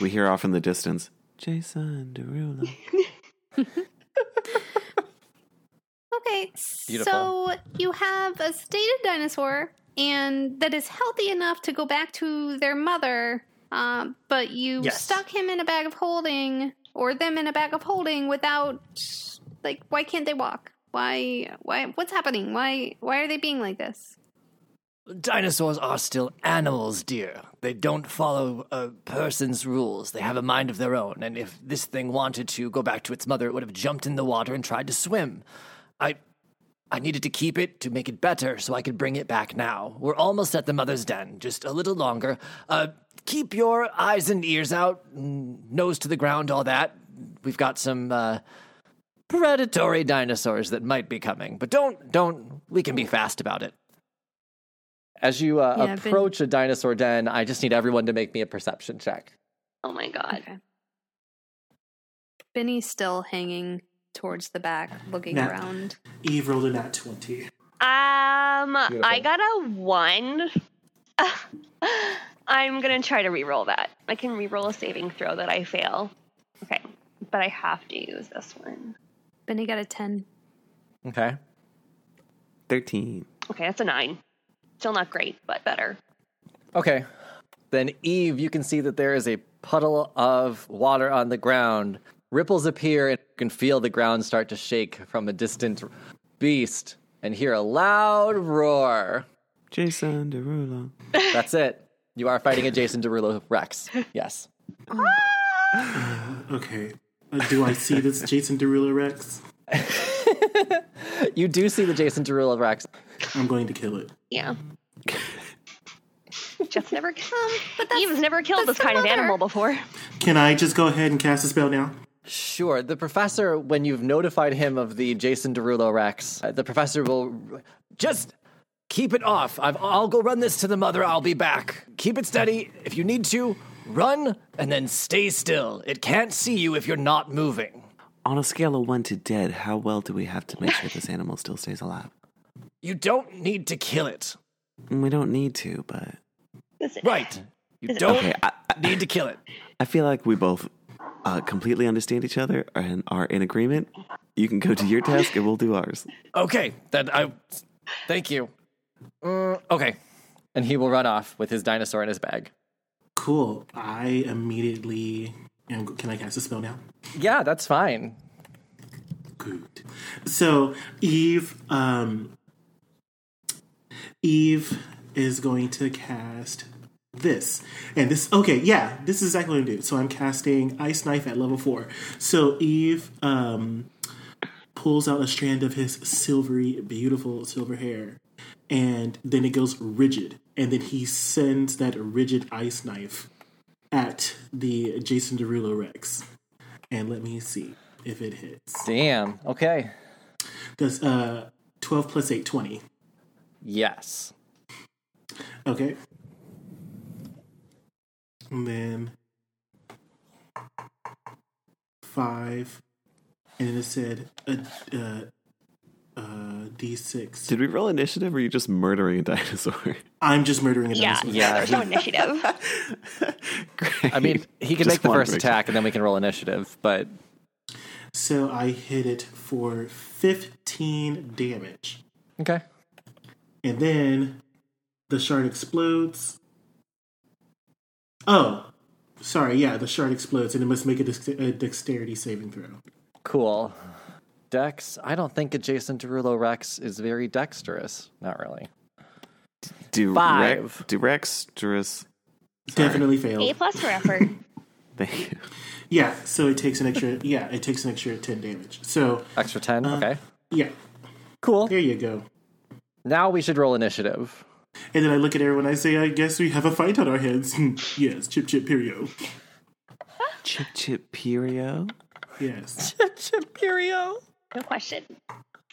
E: We hear off in the distance, Jason Derulo.
C: Okay,
B: Beautiful.
C: so you have a stated dinosaur, and that is healthy enough to go back to their mother, um, but you
B: Yes.
C: stuck him in a bag of holding, or them in a bag of holding, without like, why can't they walk? Why? Why? What's happening? Why? Why are they being like this?
B: Dinosaurs are still animals, dear. They don't follow a person's rules. They have a mind of their own. And if this thing wanted to go back to its mother, it would have jumped in the water and tried to swim. I I needed to keep it to make it better so I could bring it back now. We're almost at the mother's den, just a little longer. Uh keep your eyes and ears out, n- nose to the ground, all that. We've got some uh predatory dinosaurs that might be coming, but don't don't we can be fast about it. As you uh,
C: Yeah, I've been-
B: approach a dinosaur den, I just need everyone to make me a perception check.
A: Oh my god.
C: Benny's still hanging towards the back, looking
F: Nah.
C: around.
F: Eve rolled a nat 20.
A: Um, I
B: Beautiful.
A: got a one. *laughs* I'm gonna try to re-roll that. I can re-roll a saving throw that I fail. Okay, but I have to use this one.
C: Benny got a ten.
B: Okay.
E: 13.
A: Okay, that's a nine. Still not great, but better.
B: Okay. Then, Eve, you can see that there is a puddle of water on the ground. Ripples appear, and you can feel the ground start to shake from a distant beast and hear a loud roar.
E: Jason Derulo.
B: That's it. You are fighting a Jason Derulo Rex. Yes.
F: Okay. Uh, Do I see this Jason Derulo Rex?
B: You do see the Jason Derulo Rex.
F: I'm going to kill it.
A: *laughs* Yeah. Jeff's never um, but Eve's never killed this kind of animal before.
F: Can I just go ahead and cast a spell now?
B: Sure. The professor, when you've notified him of the Jason Derulo Rex, uh, the professor will just keep it off. I've, I'll go run this to the mother. I'll be back. Keep it steady. If you need to, run and then stay still. It can't see you if you're not moving.
E: On a scale of one to dead, how well do we have to make sure this animal still stays alive?
B: You don't need to kill it.
E: We don't need to, but
B: Right. You don't
E: okay. I,
B: need to kill it.
E: I feel like we both uh, completely understand each other and are in agreement. You can go to your task, and we'll do ours.
B: Okay, then I. Thank you. Mm, okay. And he will run off with his dinosaur in his bag.
F: Cool. I immediately. am- Can I cast a spell now?
B: Yeah, that's fine.
F: Good. So Eve, um, Eve is going to cast this, and this. Okay, yeah, this is exactly what I'm doing. So I'm casting Ice Knife at level four. So Eve um, pulls out a strand of his silvery, beautiful silver hair, and then it goes rigid, and then he sends that rigid ice knife at the Jason Derulo Rex, and let me see if it hits.
B: Damn. Okay.
F: Does uh, 12 plus 8, 20.
B: Yes.
F: Okay. And then 5. And then it said uh, uh, uh, D6.
E: Did we roll initiative, or are you just murdering a dinosaur? *laughs*
F: I'm just murdering a
A: Yeah.
F: dinosaur.
B: Yeah,
A: There's no initiative.
E: Great.
B: I mean, he can
E: Just
B: make the first
E: wondering.
B: attack and then we can roll initiative, but
F: So I hit it for 15 damage.
B: okay.
F: And then the shard explodes. Oh, sorry. Yeah, the shard explodes, and it must make a, dex- a dexterity saving throw.
B: Cool. Dex, I don't think adjacent Derulo Rex is very dexterous. Not really.
E: Direc-
B: Five.
E: Direxterous.
F: Definitely
A: A
F: failed.
A: plus for effort.
E: Thank you.
F: Yeah, so it takes an extra. Yeah, it takes an extra ten damage. So
B: Extra 10.
F: Uh,
B: okay.
F: yeah,
B: Cool.
F: there you go.
B: Now we should roll initiative.
F: And then I look at everyone. I say, I guess we have a fight on our hands. *laughs* Hmm, yes, chip chip perio.
E: Chip Chip Perio.
F: Yes.
A: No question.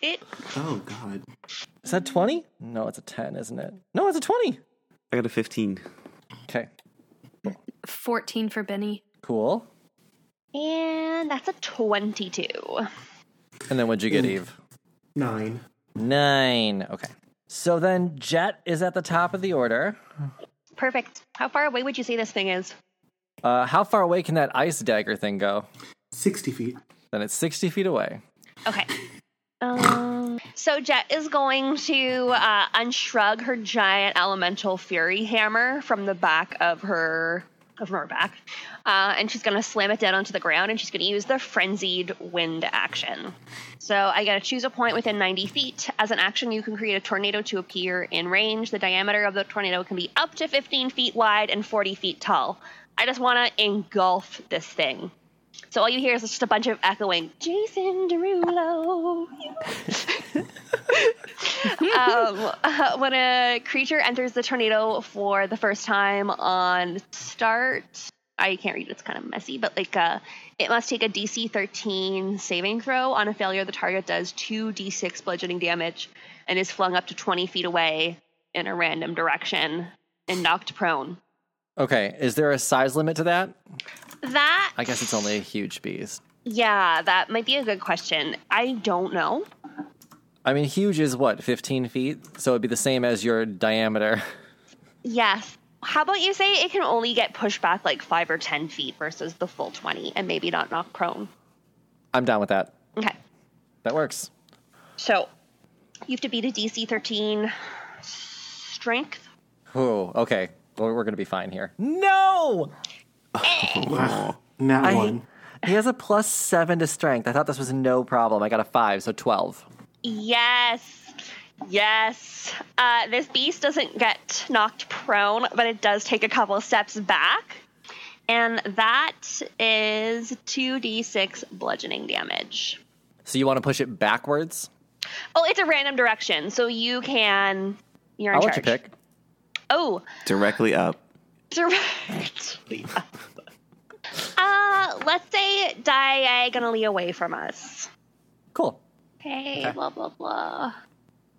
A: It
F: Oh God.
B: Is that 20? No, it's a 10, isn't it? No, it's a 20.
E: I got a fifteen.
B: Okay.
C: 14 for Benny.
B: Cool.
A: and that's a twenty-two.
B: And then what'd you get, Eve?
F: Nine.
B: Nine. Okay. So then Jet is at the top of the order.
A: Perfect. How far away would you say this thing is?
B: Uh, how far away can that ice dagger thing go?
F: Sixty feet.
B: Then it's 60 feet away.
A: Okay. Um, so Jet is going to uh, unshrug her giant elemental fury hammer from the back of her of her back, uh, and she's going to slam it down onto the ground, and she's going to use the frenzied wind action. So I got to choose a point within 90 feet. As an action, you can create a tornado to appear in range. The diameter of the tornado can be up to 15 feet wide and 40 feet tall. I just want to engulf this thing. So all you hear is just a bunch of echoing, Jason Derulo. um, *laughs* uh, when a creature enters the tornado for the first time on start, I can't read. It's kind of messy, but like uh, it must take a DC 13 saving throw. On a failure, the target does two D6 bludgeoning damage and is flung up to 20 feet away in a random direction and knocked prone.
B: Okay. Is there a size limit to that?
A: That
B: I guess it's only a huge beast.
A: Yeah, that might be a good question. I don't know.
B: I mean, huge is what, 15 feet? So it'd be the same as your diameter. *laughs*
A: Yes. How about you say it can only get pushed back like five or 10 feet versus the full 20 and maybe not knock prone?
B: I'm down with that.
A: Okay.
B: That works.
A: So you have to beat a DC 13 strength.
B: Oh, okay. We're, we're going to be fine here. No!
F: Wow. Not
B: I-
F: one.
B: He has a plus seven to strength. I thought this was no problem. I got a five, so 12.
A: Yes. Yes. Uh, this beast doesn't get knocked prone, but it does take a couple of steps back. And that is 2d6 bludgeoning damage.
B: So you want to push it backwards?
A: Oh, it's a random direction, so you can. You're in
B: I'll
A: charge.
B: let you pick.
A: Oh,
E: Directly up.
A: directly. *laughs* uh, let's say diagonally away from us.
B: Cool.
A: Okay, blah blah blah.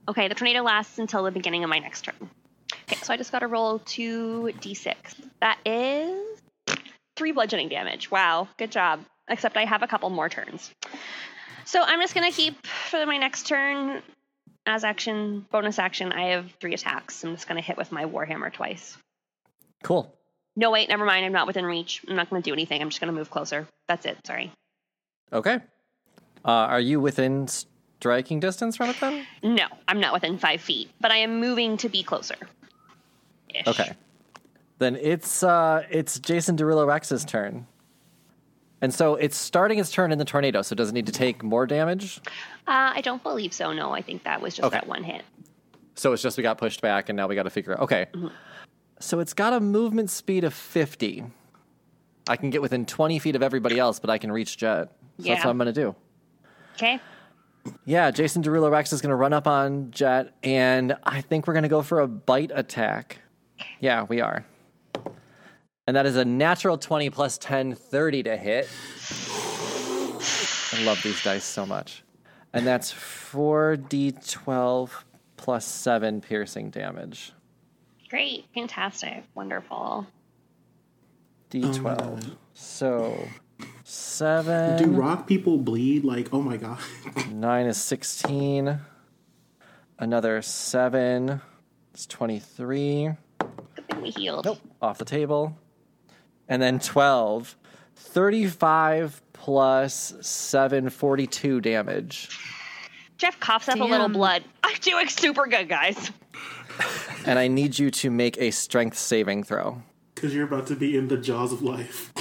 A: Okay, the tornado lasts until the beginning of my next turn. Okay, so I just got to roll two d6. That is three bludgeoning damage. Wow, good job. Except I have a couple more turns. So I'm just gonna keep for my next turn as action, bonus action. I have three attacks. I'm just gonna hit with my warhammer twice.
B: Cool.
A: No, wait, never mind. I'm not within reach. I'm not gonna do anything. I'm just gonna move closer. That's it. Sorry.
B: Okay. Uh, are you within striking distance from it then?
A: No, I'm not within five feet, but I am moving to be closer. Ish.
B: Okay. Then it's uh, it's Jason Derulo Rex's turn. And so it's starting its turn in the tornado, so does it need to take more damage?
A: Uh, I don't believe so. No, I think that was just
B: Okay.
A: that one hit.
B: So it's just we got pushed back and now we got to figure out. Okay. So it's got a movement speed of 50. I can get within 20 feet of everybody else, but I can reach Jet. So that's
A: Yeah.
B: what I'm going to do.
A: Okay.
B: Yeah, Jason Derulo Rex is going to run up on Jet, and I think we're going to go for a bite attack. Yeah, we are. And that is a natural 20 plus 10, 30 to hit. I love these dice so much. And that's 4d12 plus 7 piercing damage.
A: Great. Fantastic. Wonderful.
B: d12. so
F: Do
B: 7,
F: rock people bleed? Like, oh my god. *laughs*
B: 9 is 16, another 7 is 23.
A: Good thing we healed.
B: off the table. And then 12, 35 plus 7, 42 damage.
A: Jeff coughs up a little
C: Damn.
A: blood. *laughs* I'm doing super good, guys.
B: And I need you to make a strength saving throw.
F: Because you're about to be in the jaws of life.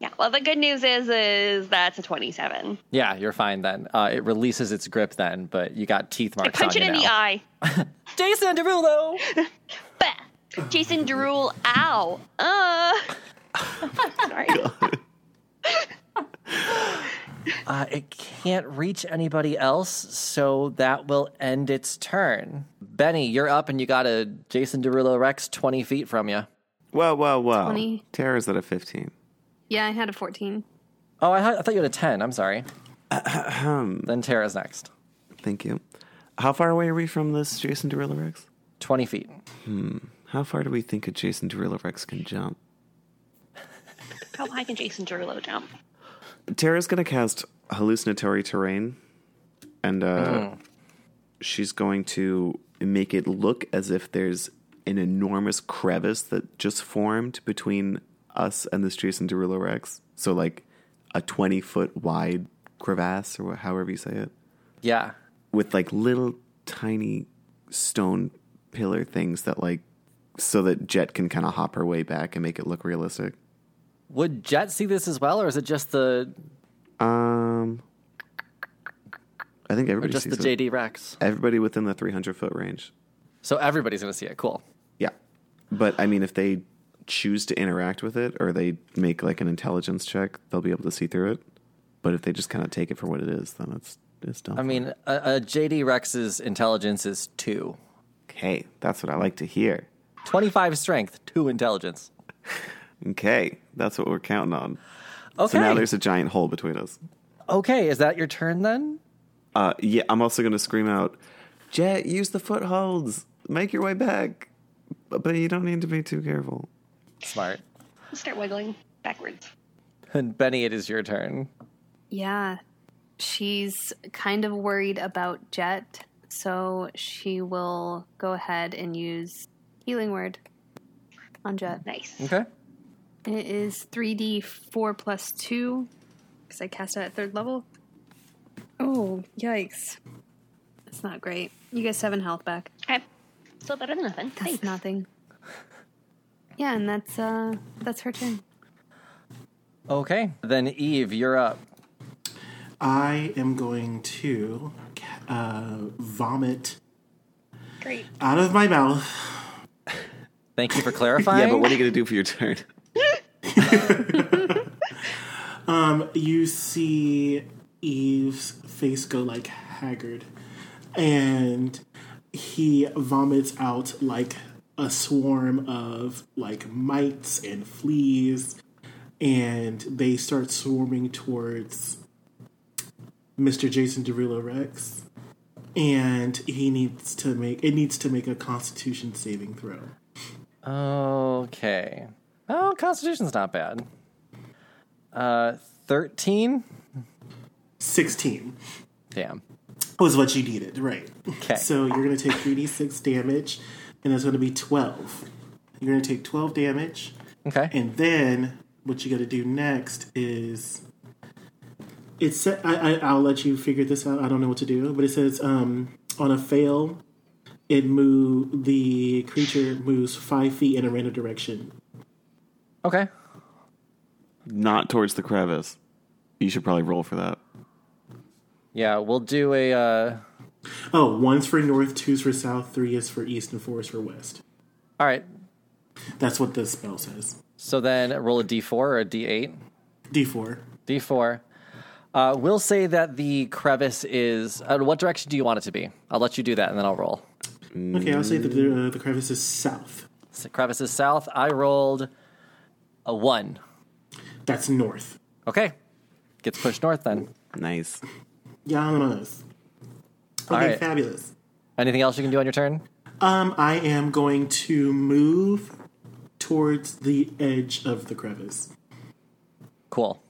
A: Yeah. Well, the good news is, is that's a 27.
B: Yeah, you're fine then. Uh, it releases its grip then, but you got teeth
A: I
B: marks
A: punch
B: on
A: it
B: you
A: in
B: now.
A: the eye.
B: Jason Derulo!
A: Bah! Jason Derulo. Ow. Uh. Sorry.
B: *laughs* Uh, it can't reach anybody else, so that will end its turn. Benny, you're up and you got a Jason Derulo Rex 20 feet from you.
E: Whoa, whoa, whoa.
C: 20.
E: Tara's at a 15.
C: Yeah, I had a 14.
B: Oh, I, had- I thought you had a 10. I'm *clears throat* sorry. then Tara's next.
E: Thank you. How far away are we from this Jason Derulo Rex?
B: 20 feet.
E: How far do we think a Jason Derulo Rex can jump?
A: How high can Jason Derulo jump?
E: Tara's going to cast Hallucinatory Terrain, and uh,
B: Oh.
E: she's going to make it look as if there's an enormous crevice that just formed between us and this Jason Derulo Rex. So, like a 20 foot wide crevasse, or wha- however you say it,
B: Yeah.
E: with like little tiny stone pillar things that, like, so that Jet can kind of hop her way back and make it look realistic.
B: Would Jet see this as well, or is it just the
E: Um, I think everybody
B: just
E: sees
B: the
E: it.
B: JD Rex?
E: Everybody within the 300 foot range.
B: So everybody's gonna see it. Cool.
E: Yeah. But I mean, if they choose to interact with it or they make like an intelligence check, they'll be able to see through it. But if they just kind of take it for what it is, then it's it's done.
B: I mean, a, a JD Rex's intelligence is two.
E: okay, that's what I like to hear.
B: 25 strength, two intelligence.
E: Okay, that's what we're counting on.
B: Okay.
E: So now there's a giant hole between us.
B: okay, is that your turn then?
E: Uh, yeah, I'm also going to scream out, Jet, use the footholds, make your way back. But, but you don't need to be too careful.
B: Smart.
A: Start wiggling backwards.
B: And Benny, it is your turn.
C: Yeah. She's kind of worried about Jet, so she will go ahead and use Healing Word on Jet.
A: Nice.
B: Okay.
C: It is 3d4 plus 2, because I cast it at third level.
D: Oh, yikes.
C: That's not great. You get 7 health back.
A: Okay. Still better than nothing.
C: That's
A: Thanks.
C: nothing. Yeah, and that's uh that's her turn.
B: Okay. Then Eve, you're up.
F: I am going to uh, vomit
A: Great.
F: out of my mouth.
B: Thank you for clarifying.
E: *laughs* Yeah, but what are you going to do for your turn? *laughs*
F: You see Eve's face go like haggard, and he vomits out like a swarm of like mites and fleas, and they start swarming towards Mr. Jason Derulo Rex, and he needs to make it needs to make a Constitution saving throw.
B: Okay. Oh, Constitution's not bad. Uh, thirteen.
F: Sixteen
B: Damn.
F: was what you needed, right?
B: Okay.
F: So you're going to take 3d6 damage, and it's going to be 12. You're going to take 12 damage,
B: Okay.
F: and then what you got to do next is. It sa- I, I, I'll let you figure this out. I don't know what to do, but it says um, on a fail, it move the creature moves five feet in a random direction.
B: Okay.
E: Not towards the crevice. You should probably roll for that.
B: Yeah, we'll do a. Uh,
F: Oh, one's for north, two's for south, three is for east, and four is for west.
B: all right.
F: That's what the spell says.
B: So then roll a d4 or a d8.
F: D4.
B: D4. Uh, we'll say that the crevice is. Uh, what direction do you want it to be? I'll let you do that, and then I'll roll.
F: Okay, I'll say that the, uh, the crevice is south.
B: So crevice is south. I rolled a one.
F: That's north.
B: Okay, gets pushed north then.
E: Nice.
F: Yeah, I'm on this. Okay,
B: All right.
F: fabulous.
B: Anything else you can do on your turn?
F: Um, I am going to move towards the edge of the crevice.
B: Cool.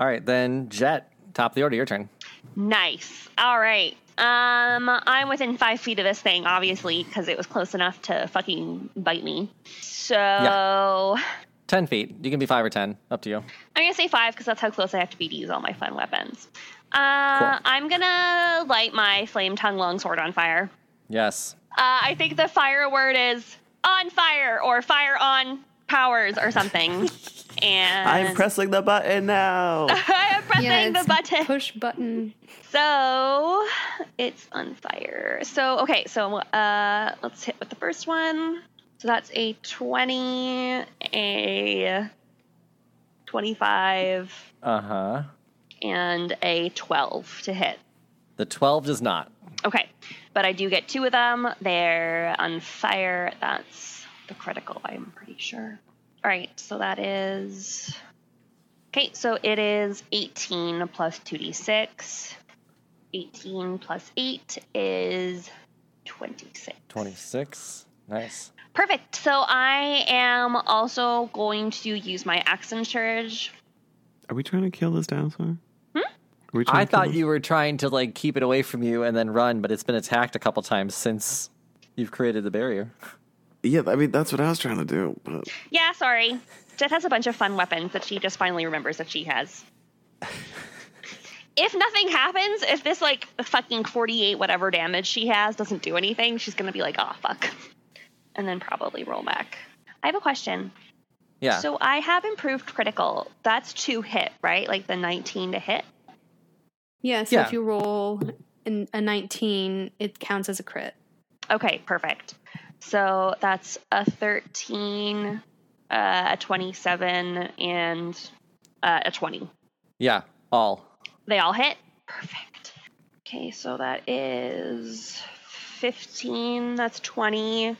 B: All right, then Jet, top of the order, your turn.
A: Nice. All right. Um, I'm within five feet of this thing, obviously, because it was close enough to fucking bite me. So
B: Ten feet. You can be five or ten, up to you.
A: I'm gonna say five because that's how close I have to be to use all my fun weapons. Uh,
B: Cool.
A: I'm gonna light my flame tongue long sword on fire.
B: Yes.
A: Uh, I think the fire word is on fire or fire on powers or something. and
E: I'm pressing the button now.
A: *laughs* I'm pressing
C: Yeah,
A: the
C: it's
A: button.
C: *laughs* Push button.
A: So it's on fire. So okay, so uh, let's hit with the first one. So that's a twenty, a twenty-five,
B: Uh huh.
A: and a twelve to hit.
B: The twelve does not.
A: Okay, but I do get two of them. They're on fire. That's the critical. I'm pretty sure. All right, so that is okay. So it is 18 plus 2d6. 18 plus 8 is 26.
B: Twenty-six. Nice.
A: Perfect. So I am also going to use my action surge.
E: *laughs* Are we trying to kill this dinosaur?
A: Hmm?
E: Are we trying
B: I
E: to kill
B: thought
E: it?
B: you were trying to like keep it away from you and then run, but it's been attacked a couple times since you've created the barrier.
E: Yeah, I mean that's what I was trying to do. But
A: Yeah, sorry. Jet has a bunch of fun weapons that she just finally remembers that she has. if nothing happens, if this like fucking 48 whatever damage she has doesn't do anything, she's going to be like, "Ah, fuck." And then probably roll back. I have a question.
B: Yeah.
A: So I have improved critical. That's two hit, right? Like the 19 to hit.
C: Yeah, so
B: Yeah.
C: if you roll an, a 19, it counts as a crit.
A: Okay, perfect. So that's a 13, uh, a 27 and uh, a 20.
B: yeah. All.
A: They all hit? Perfect. Okay, so that is 15. That's 20.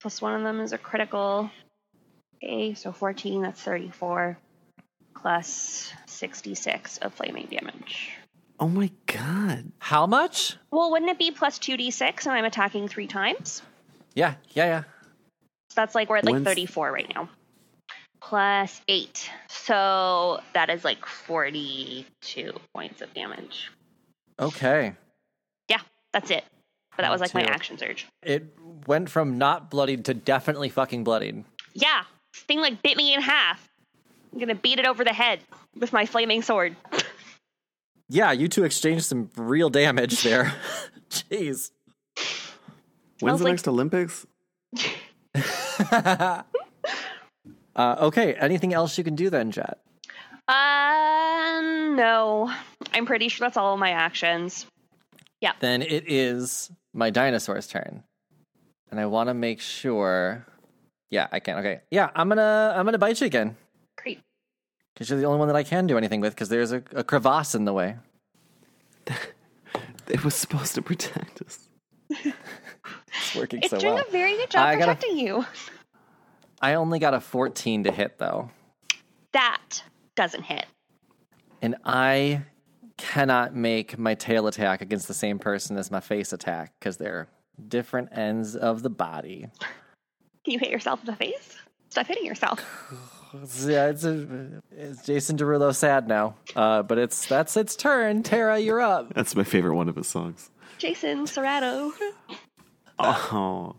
A: Plus one of them is a critical. Okay, so 14. That's 34. Plus 66 of flaming damage.
E: oh my god,
B: How much?
A: Well, wouldn't it be plus 2d6 and I'm attacking three times?
B: Yeah. Yeah. Yeah.
A: So that's like we're at like
E: When's-
A: 34 right now. Plus 8. So that is like 42 points of damage.
B: Okay.
A: Yeah, that's it. But that was like my
B: Two.
A: action surge.
B: It went from not bloodied to definitely fucking bloodied.
A: Yeah, this thing like bit me in half. I'm gonna beat it over the head with my flaming sword.
B: Yeah, you two exchanged some real damage there. *laughs* Jeez. *laughs*
E: when's
A: was
E: the
A: like-
E: next Olympics?
B: uh, okay, anything else you can do then, Jet?
A: Uh, no. I'm pretty sure that's all of my actions.
B: Then it is my dinosaur's turn. And I want to make sure Yeah, I can. Okay. Yeah, I'm going to I'm going to bite you again
A: Great.
B: cuz you're the only one that I can do anything with cuz there's a, a crevasse in the way.
E: It was supposed to protect us.
B: It's working
A: It's
B: so
A: doing
B: well.
A: a very good job
B: I gotta-
A: protecting you.
B: I only got a 14 to hit though.
A: That doesn't hit.
B: And I cannot make my tail attack against the same person as my face attack cuz they're different ends of the body.
A: Can you hit yourself in the face? Stop hitting yourself.
B: Yeah, it's, a, it's Jason Derulo sad now. Uh, but it's that's its turn. Tara, you're up.
E: That's my favorite one of his songs.
A: Jason Serrato.
E: Oh.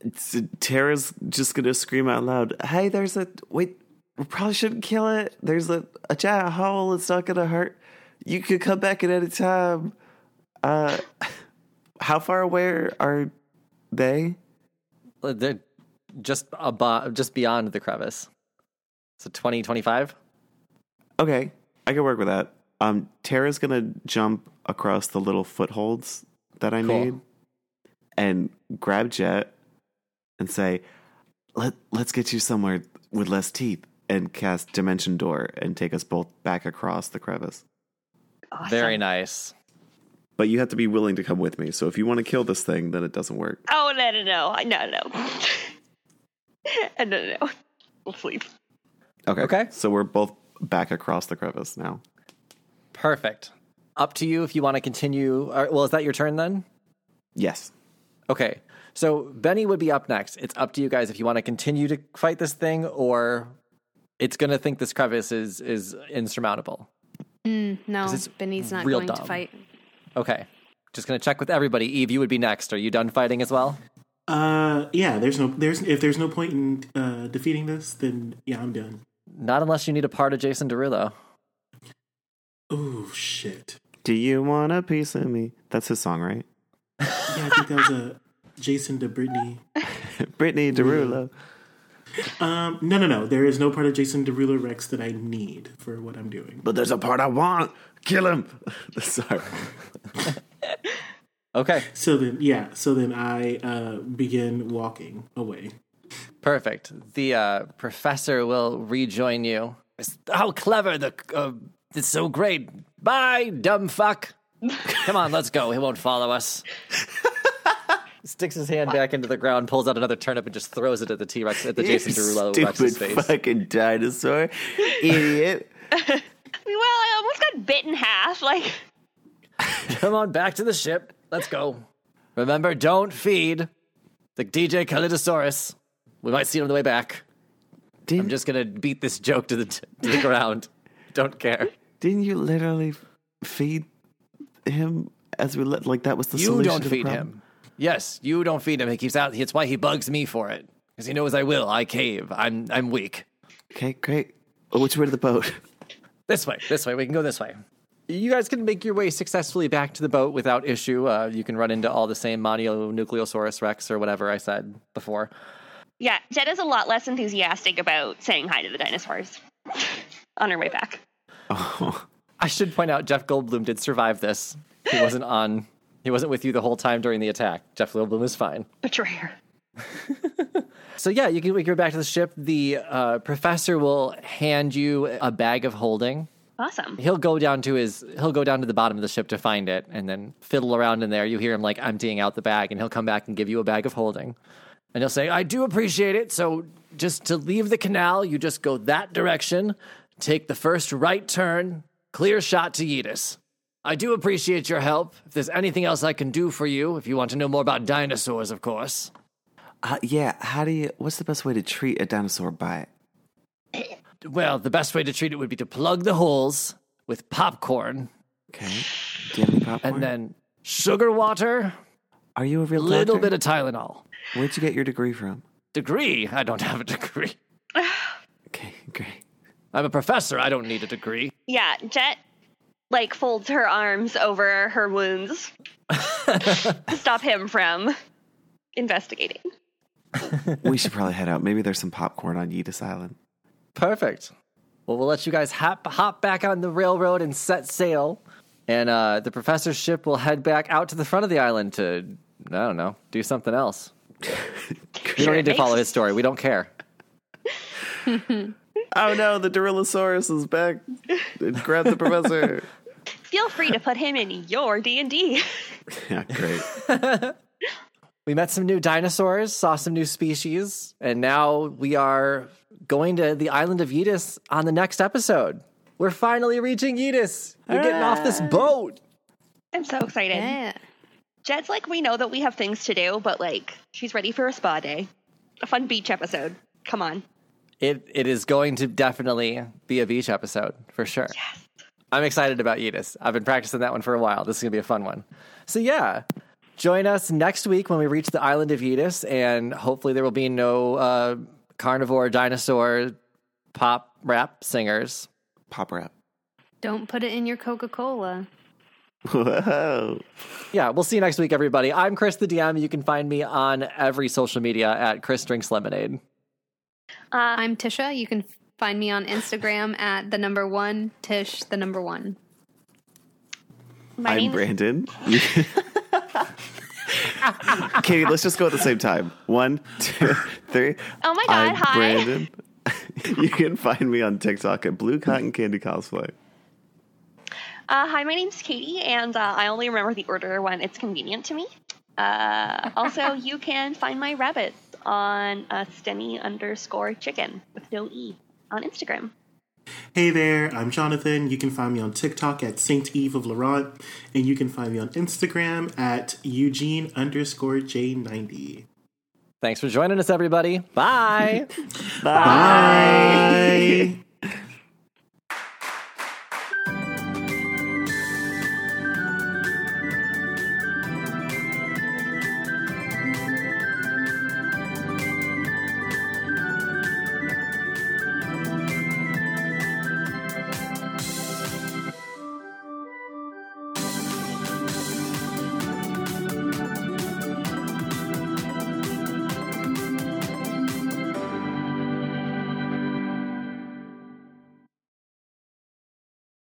E: It's- Tara's just gonna scream out loud, Hey, there's a wait, we probably shouldn't kill it. There's a, a giant hole, it's not gonna hurt. You could come back at any time. Uh *laughs* how far away are they?
B: They're just above, just beyond the crevice. So 20, 25?
E: Okay, I can work with that. Um Tara's gonna jump across the little footholds that I
B: Cool.
E: made and grab Jet and say, Let let's get you somewhere with less teeth and cast Dimension Door and take us both back across the crevice.
A: Awesome.
B: Very nice.
E: But you have to be willing to come with me. So if you want to kill this thing, then it doesn't work.
A: *laughs* Oh, no, no, no. No, no. *laughs* no, no, no. We'll sleep.
E: Okay.
B: Okay.
E: So we're both back across the crevice now.
B: Perfect. Up to you if you want to continue. Or, well, is that your turn then?
E: Yes.
B: Okay. So Benny would be up next. It's up to you guys if you want to continue to fight this thing or it's going to think this crevice is is insurmountable.
C: Mm, no,
B: 'Cause it's
C: Benny's not
B: real
C: going to
B: dumb.
C: fight.
B: Okay. Just going to check with everybody. Eve, you would be next. Are you done fighting as well?
F: Uh, yeah. There's no there's if there's no point in uh, defeating this, then yeah, I'm done.
B: Not unless you need a part of Jason Derulo.
F: Oh shit.
E: Do you want a piece of me? That's his song, right? *laughs*
F: Yeah, I think that was a Jason to Brittany.
E: Brittany Derulo.
F: Um, no, no, no. There is no part of Jason Derulo Rex that I need for what I'm doing.
E: But there's a part I want. Kill him. *laughs* Sorry.
B: Okay.
F: So then, yeah. So then I uh, begin walking away.
B: Perfect. The uh, professor will rejoin you. It's- How clever! The uh, it's so great. Bye, dumb fuck. Come on, let's go. He won't follow us. *laughs* Sticks his hand back into the ground, pulls out another turnip, and just throws it at the T Rex at the Jason Derulo Rex's
E: Stupid
B: face.
E: fucking dinosaur. *laughs* Idiot.
A: I mean, well, I almost got bit in half. Like,
B: Come on, back to the ship. Let's go. Remember, don't feed the DJ Kaleidosaurus. We might see him on the way back. I'm
E: Didn't,
B: just gonna beat this joke to the to the ground. Don't care.
E: didn't you literally f- feed him as we let, like that was the
B: You
E: solution
B: don't
E: to the
B: feed
E: problem?
B: him. Yes, you don't feed him. He keeps out. It's why he bugs me for it because he knows I will. I cave. I'm I'm weak.
E: Okay, great. Oh, which way to the boat? *laughs*
B: This way, this way. We can go this way. You guys can make your way successfully back to the boat without issue. Uh, you can run into all the same Mononucleosaurus Rex or whatever I said before.
A: yeah, Jed is a lot less enthusiastic about saying hi to the dinosaurs *laughs* on her way back.
E: Oh,
B: I should point out Jeff Goldblum did survive this. He wasn't on. He wasn't with you the whole time during the attack. Jeff Goldblum is fine.
A: Betrayer.
B: So yeah, you can make your way back to the ship. The uh, professor will hand you a bag of holding.
A: Awesome.
B: he'll go down to his he'll go down to the bottom of the ship to find it and then fiddle around in there you hear him like emptying out the bag and he'll come back and give you a bag of holding and he'll say i do appreciate it so just to leave the canal you just go that direction take the first right turn clear shot to yidis i do appreciate your help if there's anything else i can do for you if you want to know more about dinosaurs of course
E: uh, yeah. How do you? What's the best way to treat a dinosaur bite?
B: well the best way to treat it would be to plug the holes with popcorn
E: Okay. Do you have any popcorn?
B: and then sugar water
E: are you a real
B: a little
E: doctor?
B: bit of tylenol
E: Where'd you get your degree from?
B: degree. I don't have a degree.
E: Okay, *laughs* great.
B: I'm a professor. I don't need a degree.
A: Yeah, Jet like folds her arms over her wounds to stop him from investigating.
E: we should probably head out. Maybe there's some popcorn on Yeetus Island.
B: Perfect. Well, we'll let you guys hop hop back on the railroad and set sail, and uh, the professor's ship will head back out to the front of the island to I don't know do something else. We don't need to follow his story. We don't care.
E: Oh no, the Dorillosaurus is back. Grab the professor.
A: Feel free to put him in your D and D.
E: *laughs*
A: *laughs*
E: yeah, great.
B: We met some new dinosaurs, saw some new species, and now we are going to the island of Yetis on the next episode. We're finally reaching Yetis. We're getting off this boat.
A: I'm so excited.
C: Yeah.
A: Jed's like, we know that we have things to do, but like, she's ready for a spa day, a fun beach episode. Come on.
B: It it is going to definitely be a beach episode for sure. I'm excited about Yetis. I've been practicing that one for a while. This is gonna be a fun one. So yeah, join us next week when we reach the island of Yetis, and hopefully there will be no uh, carnivore dinosaur pop rap singers.
E: Pop rap.
C: Don't put it in your Coca Cola.
E: Whoa.
B: Yeah, we'll see you next week, everybody. I'm Chris the DM. You can find me on every social media at Chris Drinks Lemonade.
C: I'm Tisha. You can find me on Instagram at the number one Tish, the number one.
A: My
E: I'm
A: name's
E: Brandon. *laughs* Katie, let's just go at the same time. One, two, three.
A: Oh my God,
E: I'm
A: hi.
E: Brandon. *laughs* you can find me on TikTok at Blue Cotton Candy Cosplay.
A: Uh, hi, my name's Katie, and uh, I only remember the order when it's convenient to me. Uh, also, you can find my rabbits on uh, Stemmy underscore chicken with no E on Instagram.
F: Hey there, I'm Jonathan. You can find me on TikTok at Saint Eve of Laurent, and you can find me on Instagram at Eugene underscore J90.
B: *laughs* Thanks for joining us, everybody. Bye.
F: Bye.